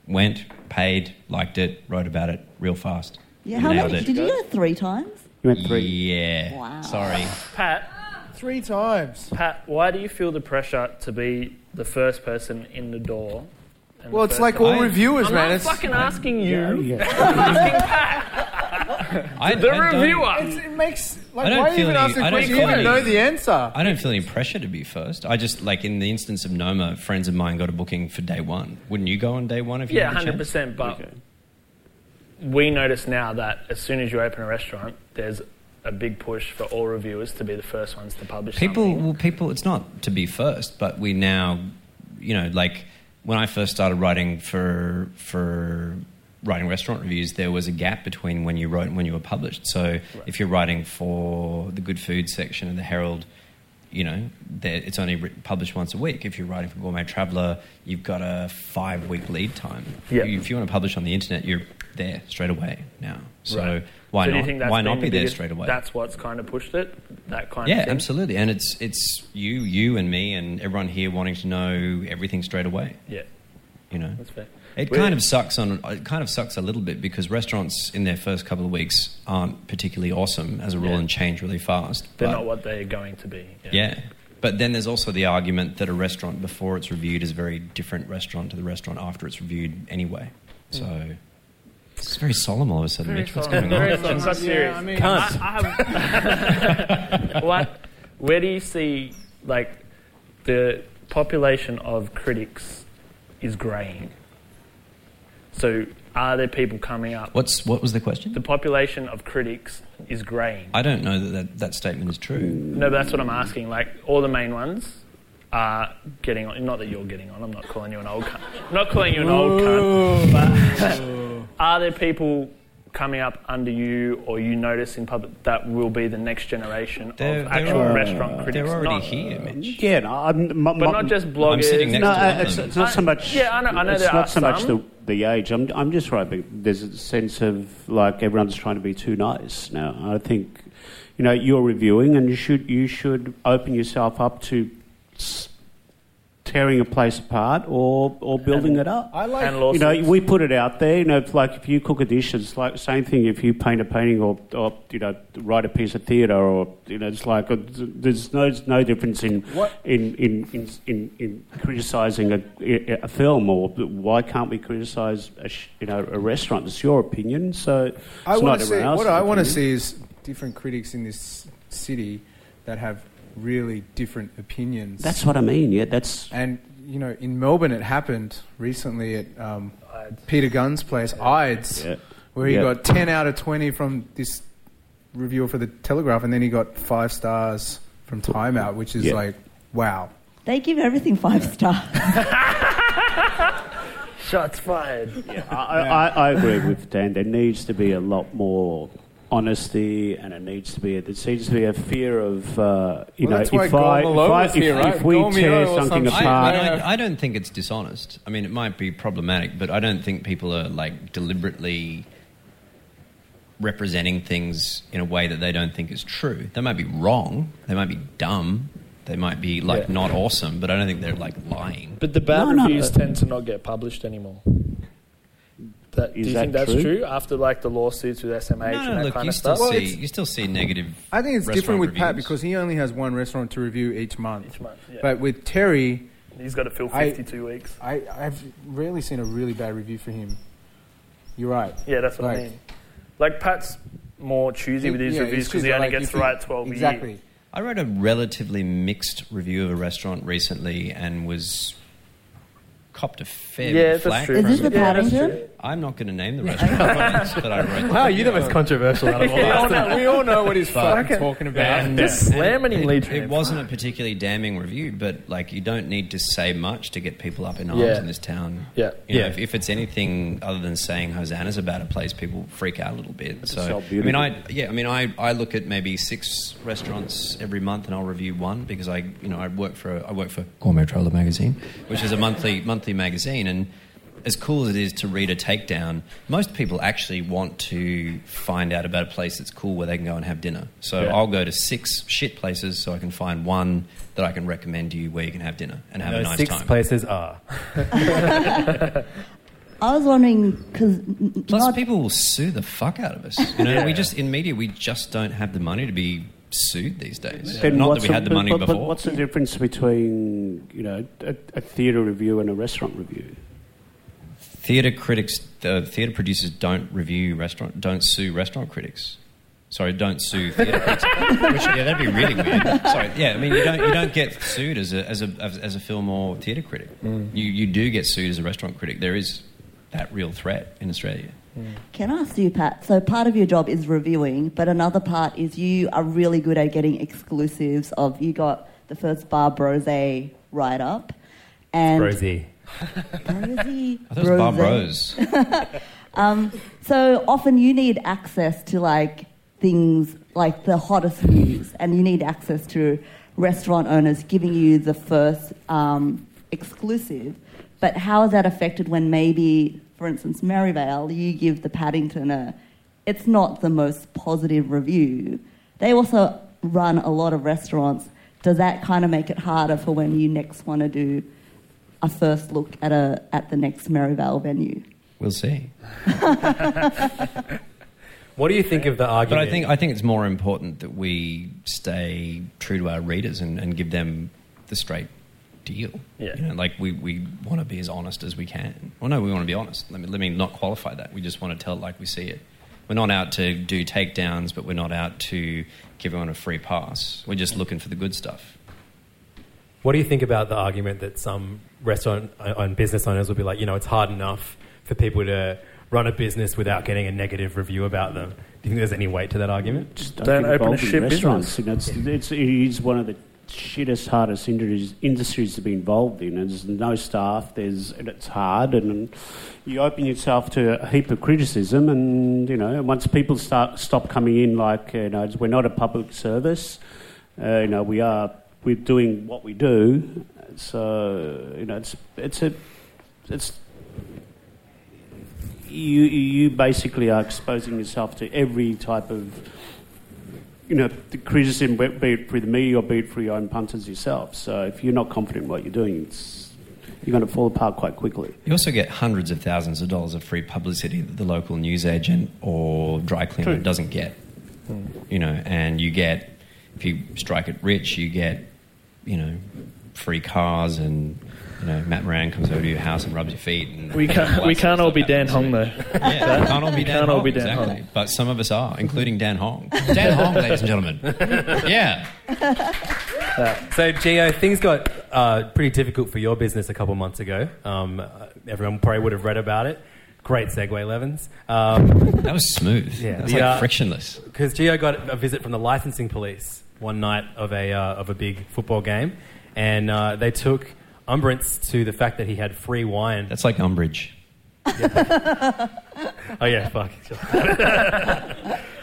Speaker 5: Went, paid, liked it, wrote about it real fast.
Speaker 6: Yeah, how
Speaker 5: Nailed
Speaker 6: many?
Speaker 5: it.
Speaker 6: Did you go three times?
Speaker 5: Yeah.
Speaker 6: Wow.
Speaker 5: Sorry.
Speaker 2: Pat.
Speaker 7: Three times.
Speaker 2: Pat, why do you feel the pressure to be the first person in the door? and
Speaker 7: Well,
Speaker 2: the
Speaker 7: it's
Speaker 2: first
Speaker 7: like all
Speaker 2: person-
Speaker 7: reviewers,
Speaker 2: I'm
Speaker 7: man.
Speaker 2: not
Speaker 7: It's-
Speaker 2: fucking asking you.
Speaker 5: I,
Speaker 2: The
Speaker 5: I don't-
Speaker 2: reviewer.
Speaker 7: It's, it makes
Speaker 5: I
Speaker 7: like
Speaker 5: don't
Speaker 7: why
Speaker 5: feel
Speaker 7: even
Speaker 5: any-
Speaker 7: ask the
Speaker 5: I don't
Speaker 7: question?
Speaker 5: feel
Speaker 7: You don't
Speaker 5: any-
Speaker 7: know the answer.
Speaker 5: I don't feel any pressure to be first. I just like in the instance of Noma, friends of mine got a booking for day one. Wouldn't you go on day one if you
Speaker 2: Yeah,
Speaker 5: had the
Speaker 2: hundred
Speaker 5: chance?
Speaker 2: percent. But we notice now that as soon as you open a restaurant, there's a big push for all reviewers to be the first ones to publish.
Speaker 5: People, well, people. It's not to be first, but we now, you know, like when I first started writing for for writing restaurant reviews, there was a gap between when you wrote and when you were published. So if you're writing for the Good Food section of the Herald. You know, there- it's only writ- published once a week. If you're writing for Gourmet Traveler, you've got a five week lead time.
Speaker 2: Yeah.
Speaker 5: If you want to publish on the internet, you're there straight away now. So
Speaker 2: Right.
Speaker 5: why
Speaker 2: So do you think
Speaker 5: not?
Speaker 2: that's
Speaker 5: Why
Speaker 2: been
Speaker 5: not
Speaker 2: the
Speaker 5: be there
Speaker 2: biggest-
Speaker 5: straight away?
Speaker 2: That's what's kind of pushed it. That kind
Speaker 5: yeah,
Speaker 2: of thing.
Speaker 5: absolutely. And it's it's you, you and me and everyone here wanting to know everything straight away.
Speaker 2: Yeah,
Speaker 5: You know,
Speaker 2: that's fair.
Speaker 5: it
Speaker 2: We're-
Speaker 5: kind of sucks on it kind of sucks a little bit because restaurants in their first couple of weeks aren't particularly awesome as a rule
Speaker 2: Yeah.
Speaker 5: and change really fast.
Speaker 2: They're
Speaker 5: But-
Speaker 2: not what they're going to be.
Speaker 5: yeah. But then there's also the argument that a restaurant before it's reviewed is a very different restaurant to the restaurant after it's reviewed anyway.
Speaker 2: Mm.
Speaker 5: So it's very solemn all of a sudden,
Speaker 2: Very
Speaker 5: Mitch. What's
Speaker 2: solemn.
Speaker 5: going on?
Speaker 2: Very solemn. It's not serious.
Speaker 7: I mean-
Speaker 2: Cunt. what, where do you see like the population of critics is graying? So are there people coming up?
Speaker 5: What's what was the question?
Speaker 2: The population of critics is graying.
Speaker 5: I don't know that that, that statement is true.
Speaker 2: No, but that's what I'm asking. Like all the main ones are getting on. Not that you're getting on. I'm not calling you an old cunt. I'm not calling you an old cunt. But are there people coming up under you, or you notice in public that will be the next generation
Speaker 5: They're-
Speaker 2: of
Speaker 5: they're
Speaker 2: actual
Speaker 5: al-
Speaker 2: restaurant critics?
Speaker 5: they're already
Speaker 2: not,
Speaker 5: here, Mitch.
Speaker 8: Yeah, no, I'm, my-
Speaker 2: but
Speaker 8: my-
Speaker 2: not just bloggers.
Speaker 8: no, uh, it's, it's not so
Speaker 2: I-
Speaker 8: much.
Speaker 2: Yeah, I know. I know
Speaker 8: it's
Speaker 2: there
Speaker 8: not
Speaker 2: are
Speaker 8: so much
Speaker 2: some.
Speaker 8: the, the age. I'm, I'm just right. but There's a sense of like everyone's trying to be too nice now. I think, you know, you're reviewing, and you should you should open yourself up to s- tearing a place apart or or building it up.
Speaker 7: I like- And
Speaker 8: you know
Speaker 7: lawsuits.
Speaker 8: we put it out there. You know, it's like if you cook a dish, it's like same thing. If you paint a painting or, or you know write a piece of theatre or you know, it's like uh, there's no there's no difference in in in in, in, in criticising a, a film or why can't we criticise a sh- you know a restaurant? It's your opinion, so it's
Speaker 7: I
Speaker 8: not
Speaker 7: want to see
Speaker 8: everyone else's
Speaker 7: what I want to
Speaker 8: opinion.
Speaker 7: see is different critics in this city that have really different opinions.
Speaker 8: That's what I mean. Yeah, that's
Speaker 7: And you know, in Melbourne, it happened recently at um, Peter Gunn's place, Ides, where he
Speaker 8: Yeah.
Speaker 7: got ten out of twenty from this reviewer for the Telegraph, and then he got five stars from Time Out, which is
Speaker 8: Yeah.
Speaker 7: like, wow.
Speaker 6: They give everything five stars.
Speaker 2: Shots fired.
Speaker 8: I, I, I agree with Dan. There needs to be a lot more honesty, and it needs to be. There seems to be a fear of uh, you
Speaker 7: Well,
Speaker 8: know
Speaker 7: that's why
Speaker 8: if I, if,
Speaker 7: Gormalova's
Speaker 8: I, if,
Speaker 7: here, right?
Speaker 8: if we
Speaker 7: Gormio
Speaker 8: tear
Speaker 7: or
Speaker 8: something
Speaker 7: some shit.
Speaker 8: apart,
Speaker 5: I, I, I don't think it's dishonest. I mean, it might be problematic, but I don't think people are like deliberately representing things in a way that they don't think is true. They might be wrong. They might be dumb. They might be like
Speaker 2: Yeah.
Speaker 5: not awesome, but I don't think they're like lying.
Speaker 2: But the bad
Speaker 5: No, no,
Speaker 2: reviews
Speaker 5: but-
Speaker 2: tend to not get published anymore. That, do
Speaker 5: Is
Speaker 2: you think
Speaker 5: that
Speaker 2: that's
Speaker 5: true?
Speaker 2: true? After like the lawsuits with SMH
Speaker 5: No,
Speaker 2: and
Speaker 5: no,
Speaker 2: that
Speaker 5: look,
Speaker 2: kind
Speaker 5: you
Speaker 2: of
Speaker 5: still
Speaker 2: stuff?
Speaker 5: see you still see negative.
Speaker 7: I think it's
Speaker 5: restaurant
Speaker 7: different with Pat
Speaker 5: reviews.
Speaker 7: because he only has one restaurant to review each month. Each
Speaker 2: month, yeah.
Speaker 7: But with Terry,
Speaker 2: He's got to fill
Speaker 7: I-
Speaker 2: 52 weeks.
Speaker 7: I, I've rarely seen a really bad review for him. You're right.
Speaker 2: Yeah, that's what I
Speaker 7: Like-
Speaker 2: mean. Like Pat's more choosy with his
Speaker 7: Yeah,
Speaker 2: reviews
Speaker 7: it's
Speaker 2: because he
Speaker 7: choosy,
Speaker 2: only
Speaker 7: like,
Speaker 2: gets
Speaker 7: if
Speaker 2: the
Speaker 7: he-
Speaker 2: right 12 a year.
Speaker 5: I wrote a relatively mixed review of a restaurant recently and was copped a fair
Speaker 2: Yeah,
Speaker 5: bit of
Speaker 2: that's
Speaker 5: flack.
Speaker 2: true, Is this
Speaker 5: from-
Speaker 2: the Yeah, that's Paddington? true.
Speaker 5: I'm not going to name the restaurant that I wrote.
Speaker 3: Wow, you're the most controversial out of all
Speaker 2: We all
Speaker 3: us.
Speaker 2: know- we all know what he's
Speaker 5: But-
Speaker 2: fucking talking about. Just slamming him,
Speaker 5: it-
Speaker 2: Lee
Speaker 5: It,
Speaker 2: Tran.
Speaker 5: wasn't a particularly damning review, but like you don't need to say much to get people up in arms
Speaker 2: Yeah.
Speaker 5: in this town.
Speaker 2: Yeah.
Speaker 5: You know,
Speaker 2: Yeah.
Speaker 5: if, if it's anything other than saying hosannas about a place, people freak out a little bit.
Speaker 2: It's
Speaker 5: so
Speaker 2: so
Speaker 5: I mean,
Speaker 2: beautiful.
Speaker 5: I yeah, I mean, I, I look at maybe six restaurants every month, and I'll review one because I you know I work for I work for Gourmet Traveler magazine, which is a monthly monthly magazine, and as cool as it is to read a takedown, most people actually want to find out about a place that's cool where they can go and have dinner. So
Speaker 3: Yeah.
Speaker 5: I'll go to six shit places so I can find one that I can recommend to you where you can have dinner and have a
Speaker 3: Those
Speaker 5: nice
Speaker 3: six
Speaker 5: time.
Speaker 3: places are.
Speaker 6: I was wondering because
Speaker 5: Plus, people will sue the fuck out of us. You know, we just in media we just don't have the money to be sued these days.
Speaker 8: Then
Speaker 5: Not that
Speaker 8: what's
Speaker 5: we
Speaker 8: the-
Speaker 5: had the
Speaker 8: but-
Speaker 5: money
Speaker 8: but- but
Speaker 5: before.
Speaker 8: what's the difference between you know a, a theatre review and a restaurant review?
Speaker 5: theater critics, uh, theater producers don't review restaurant, don't sue restaurant critics. Sorry, don't sue theater critics. Which, yeah, that'd be really weird. Sorry, yeah. I mean, you don't you don't get sued as a as a as as a film or theater critic. You you do get sued as a restaurant critic. There is that real threat in Australia.
Speaker 6: Can I ask you, Pat? So part of your job is reviewing, but another part is you are really good at getting exclusives of. You got the first Bar Brose write up, and
Speaker 3: Rosie.
Speaker 6: Brose.
Speaker 5: I thought it was Bar Bros.
Speaker 6: um, so often you need access to like things like the hottest news, and you need access to restaurant owners giving you the first um, exclusive. But how is that affected when maybe, for instance, Maryvale, you give the Paddington a, it's not the most positive review. They also run a lot of restaurants. Does that kind of make it harder for when you next want to do a first look at a at the next Maryvale venue?
Speaker 5: We'll see.
Speaker 3: What do you think of the
Speaker 5: But
Speaker 3: argument?
Speaker 5: I think I think it's more important that we stay true to our readers and, and give them the straight deal.
Speaker 2: Yeah.
Speaker 5: You know, like we, we want to be as honest as we can. Well, no, we want to be honest. Let me let me not qualify that. We just want to tell it like we see it. We're not out to do takedowns, but we're not out to give everyone a free pass. We're just looking for the good stuff.
Speaker 3: What do you think about the argument that some restaurant uh, and business owners will be like, you know, it's hard enough for people to run a business without getting a negative review about them? Do you think there's any weight to that argument?
Speaker 8: Just get involved in restaurants. You know, it's, it's, it is one of the shittest, hardest industries, industries to be involved in. There's no staff. There's and it's hard, and you open yourself to a heap of criticism. And you know, and once people start stop coming in, like you know, we're not a public service. Uh, you know, we are we're doing what we do. So you know, it's it's a it's you you basically are exposing yourself to every type of you know the criticism, be be it through the media or be it through your own punters yourself. So if you're not confident in what you're doing, it's, you're going to fall apart quite quickly.
Speaker 5: You also get hundreds of thousands of dollars of free publicity that the local newsagent or dry cleaner
Speaker 8: True.
Speaker 5: doesn't get. You know, and you get if you strike it rich, you get you know free cars and you know Matt Moran comes over to your house and rubs your feet. And
Speaker 2: We can't, we can't all be Dan Hong, though.
Speaker 5: Yeah, we can't all be
Speaker 2: We
Speaker 5: Dan
Speaker 2: can't all
Speaker 5: Hong,
Speaker 2: be Dan
Speaker 5: exactly.
Speaker 2: Hong.
Speaker 5: But some of us are, including Dan Hong. Dan Hong, ladies and gentlemen. Yeah.
Speaker 3: Uh, so, Gio, things got uh, pretty difficult for your business a couple months ago. Um, uh, everyone probably would have read about it. Great segue, Levins. Um,
Speaker 5: that was smooth. That was like frictionless.
Speaker 3: Because Gio got a visit from the licensing police one night of a, uh, of a big football game, and uh, they took umbrance to the fact that he had free wine.
Speaker 5: That's like umbrage.
Speaker 3: Oh yeah, fuck.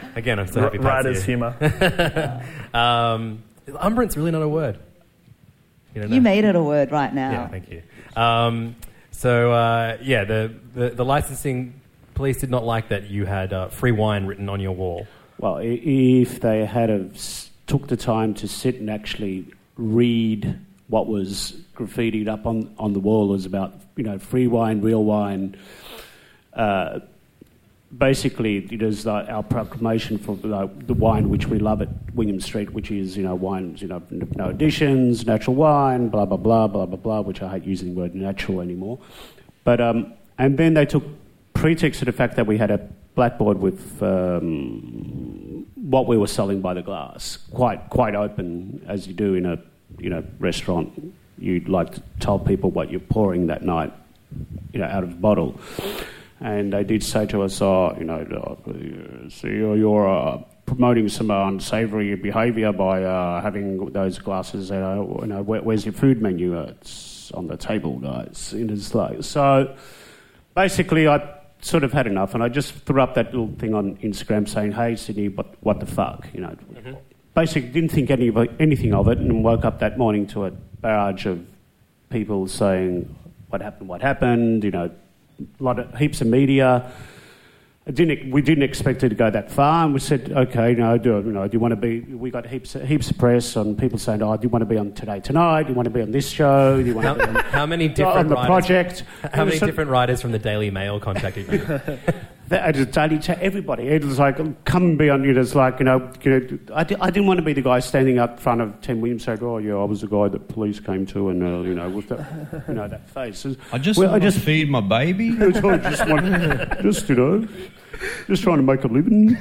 Speaker 3: Again, I'm so
Speaker 2: R-
Speaker 3: happy.
Speaker 2: writer's
Speaker 3: Pat's here. um, umbrance really not a word. You, don't
Speaker 6: You
Speaker 3: know?
Speaker 6: made it a word right now.
Speaker 3: Yeah, thank you. Um, so uh, yeah, the, the the licensing police did not like that you had uh, free wine written on your wall.
Speaker 8: Well, i- if they had have s- took the time to sit and actually read what was graffitied up on, on the wall, it was about you know free wine, real wine. Uh, basically, it is like our proclamation for like, the wine which we love at William Street, which is you know wines, you know n- no additions, natural wine, blah blah blah blah blah blah. Which I hate using the word natural anymore. But um, and then they took pretext to the fact that we had a blackboard with um, what we were selling by the glass, quite quite open as you do in a you know restaurant. You'd like to tell people what you're pouring that night you know, out of bottle. And they did say to us, oh, you know, uh, so you're, you're uh, promoting some uh, unsavory behaviour by uh, having those glasses. Uh, you know, where, where's your food menu? Uh, it's on the table. No, it's in his like so. Basically, I sort of had enough, and I just threw up that little thing on Instagram saying, "Hey, Sydney, what what the fuck?" You know.
Speaker 2: Mm-hmm.
Speaker 8: Basically, didn't think any of it, anything of it, and woke up that morning to a barrage of people saying, "What happened? What happened?" You know, lot of heaps of media. I didn't, we didn't expect it to go that far, and we said, okay, no, do, you know, do you want to be? We got heaps, heaps of press on people saying, oh, do you want to be on Today Tonight? Do you want to be on this show? Do you want
Speaker 3: How,
Speaker 8: to be on
Speaker 3: how many
Speaker 8: on
Speaker 3: different
Speaker 8: the
Speaker 3: writers-
Speaker 8: project?
Speaker 3: How
Speaker 8: And
Speaker 3: many
Speaker 8: so-
Speaker 3: different writers from the Daily Mail contacted you?
Speaker 8: that, I just daily to everybody. It was like, come and be on it. It's like, you know, you know I, di- I didn't want to be the guy standing up front of Tim Williams saying, oh, yeah, I was the guy that police came to, and, uh, you know, with that, you know, that face.
Speaker 5: I just
Speaker 8: Well, I
Speaker 5: wanna
Speaker 8: just-
Speaker 5: feed my baby.
Speaker 8: I just want, just you know, just trying to make a living.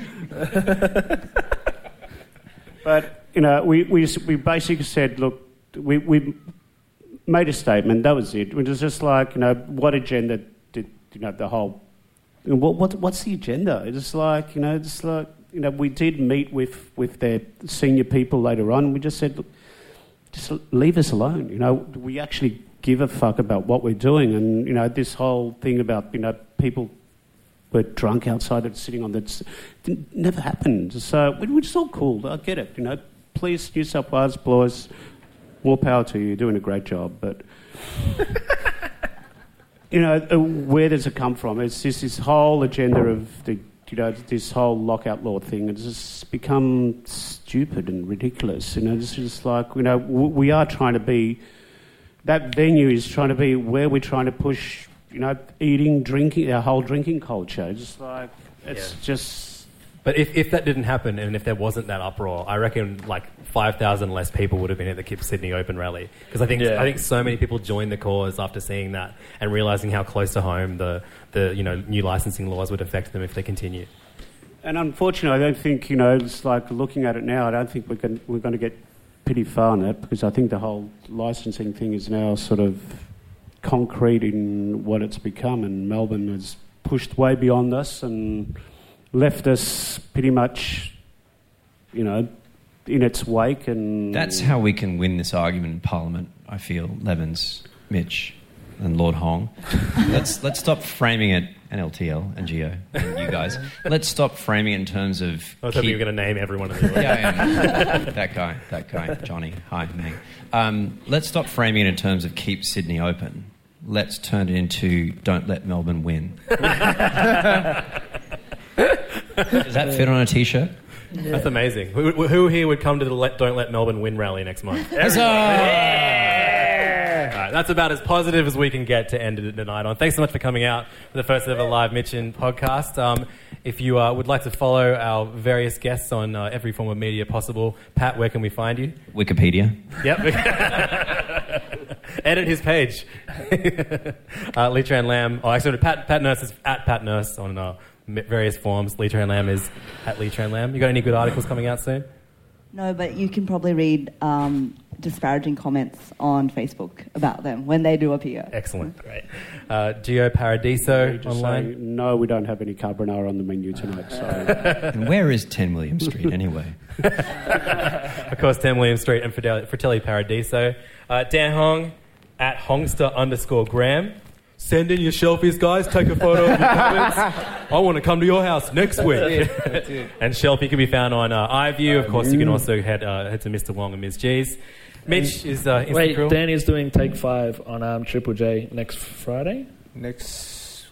Speaker 8: but you know, we we we basically said, look, we we made a statement. That was it. It was just like, you know, what agenda did you know the whole? What, what what's the agenda? It's like you know, it's like you know, we did meet with with their senior people later on. We just said, look, just leave us alone. You know, we actually give a fuck about what we're doing, and you know, this whole thing about you know people were drunk outside and sitting on the s- it never happened. So we we're just all cool. I get it. You know, police, New South Wales, blowers, more power to you. You're doing a great job, but. You know, uh, where does it come from? It's just this whole agenda of the, you know, this whole lockout law thing. It's just become stupid and ridiculous. You know, it's just like, you know, w- we are trying to be, that venue is trying to be where we're trying to push, you know, eating, drinking, our whole drinking culture. It's just like, it's just.
Speaker 3: But if, if that didn't happen and if there wasn't that uproar, I reckon like 5,000 less people would have been at the Kip Sydney Open Rally. Because I, think
Speaker 2: Yeah.
Speaker 3: I think so many people joined the cause after seeing that and realising how close to home the, the you know, new licensing laws would affect them if they continue.
Speaker 8: And unfortunately, I don't think, you know, it's like looking at it now, I don't think we're going we're going to get pretty far in it because I think the whole licensing thing is now sort of concrete in what it's become, and Melbourne has pushed way beyond us and left us pretty much, you know, in its wake. And
Speaker 5: That's how we can win this argument in Parliament. I feel Levens, Mitch, and Lord Hong. let's let's stop framing it and LTL and Geo and you guys. Let's stop framing it in terms of.
Speaker 3: I was hoping you were going to name everyone in the
Speaker 5: yeah, I am. that guy, that guy, Johnny. Hi, Meg. Um, let's stop framing it in terms of keep Sydney open. Let's turn it into don't let Melbourne win. Does that fit on a t-shirt?
Speaker 3: That's amazing. Who, who- who here would come to the let, Don't Let Melbourne Win rally next month?
Speaker 5: Huzzah!
Speaker 3: All right, that's about as positive as we can get to end it tonight on. Thanks so much for coming out for the first ever live Mitchin podcast. Um, if you uh, would like to follow our various guests on uh, every form of media possible, Pat, where can we find you?
Speaker 5: Wikipedia.
Speaker 3: Yep. Edit his page. uh, Lee Tran Lam. Oh, actually, Pat, Pat Nurse is at Pat Nurse on uh, m- various forms. Lee Tran Lam is at Lee Tran Lam. You got any good articles coming out soon?
Speaker 6: No, but you can probably read um, disparaging comments on Facebook about them when they do appear.
Speaker 3: Excellent, great. Uh, Geo Paradiso
Speaker 8: Just
Speaker 3: online.
Speaker 8: saying, no, we don't have any carbonara on the menu tonight. So.
Speaker 5: And where is 10 William Street anyway?
Speaker 3: of course, Tim Williams Street and Fridel- Fratelli Paradiso. Uh, Dan Hong at Hongster underscore Graham. Send in your selfies, guys. Take a photo of your comments. I want to come to your house next week.
Speaker 14: That's it.
Speaker 3: and Shelfie can be found on uh, iView. Of course, you can also head, uh, head to Mr. Wong and Ms. G's. Mitch
Speaker 2: And-
Speaker 3: is uh, Insta
Speaker 2: wait.
Speaker 3: Krill.
Speaker 2: Danny's doing Take Five on um, Triple J next Friday.
Speaker 7: Next.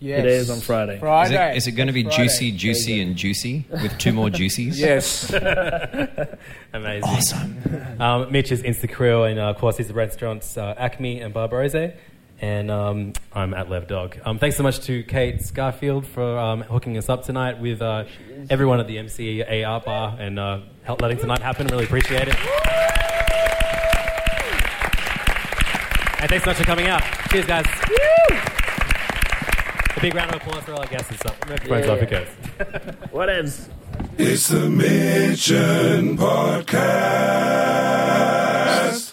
Speaker 2: It is on Friday.
Speaker 5: Is it, is it going to be juicy, juicy, and juicy with two more juicies?
Speaker 7: Yes.
Speaker 3: Amazing. Awesome. Um, Mitch is Instacrill, and uh, of course, he's the restaurants uh, Acme and Barbarose. And um, I'm at Lev Dog. Um, thanks so much to Kate Scarfield for um, hooking us up tonight with uh, everyone at the MCA Art Bar and uh, help letting tonight happen. Really appreciate it. And thanks so much for coming out. Cheers, guys. A big round of applause for all our guests and stuff. Friends,
Speaker 2: Yeah.
Speaker 3: off it goes.
Speaker 2: What is?
Speaker 15: It's the Mission Podcast.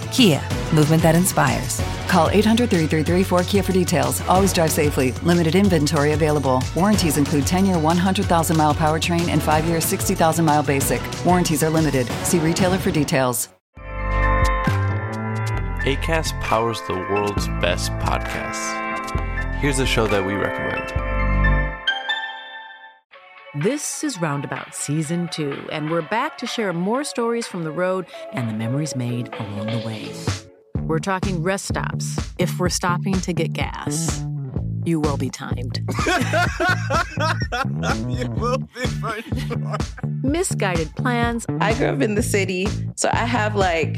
Speaker 16: Kia, movement that inspires.
Speaker 17: Call 800 333 4KIA for details. Always drive safely. Limited inventory available. Warranties include 10 year 100,000 mile powertrain and 5 year 60,000 mile basic. Warranties are limited. See retailer for details.
Speaker 18: ACAST powers the world's best podcasts. Here's a show that we recommend.
Speaker 19: This is Roundabout Season 2, and we're back to share more stories from the road and the memories made along the way. We're talking rest stops. If we're stopping to get gas, you will be timed. Misguided plans.
Speaker 20: I grew up in the city, so I have like,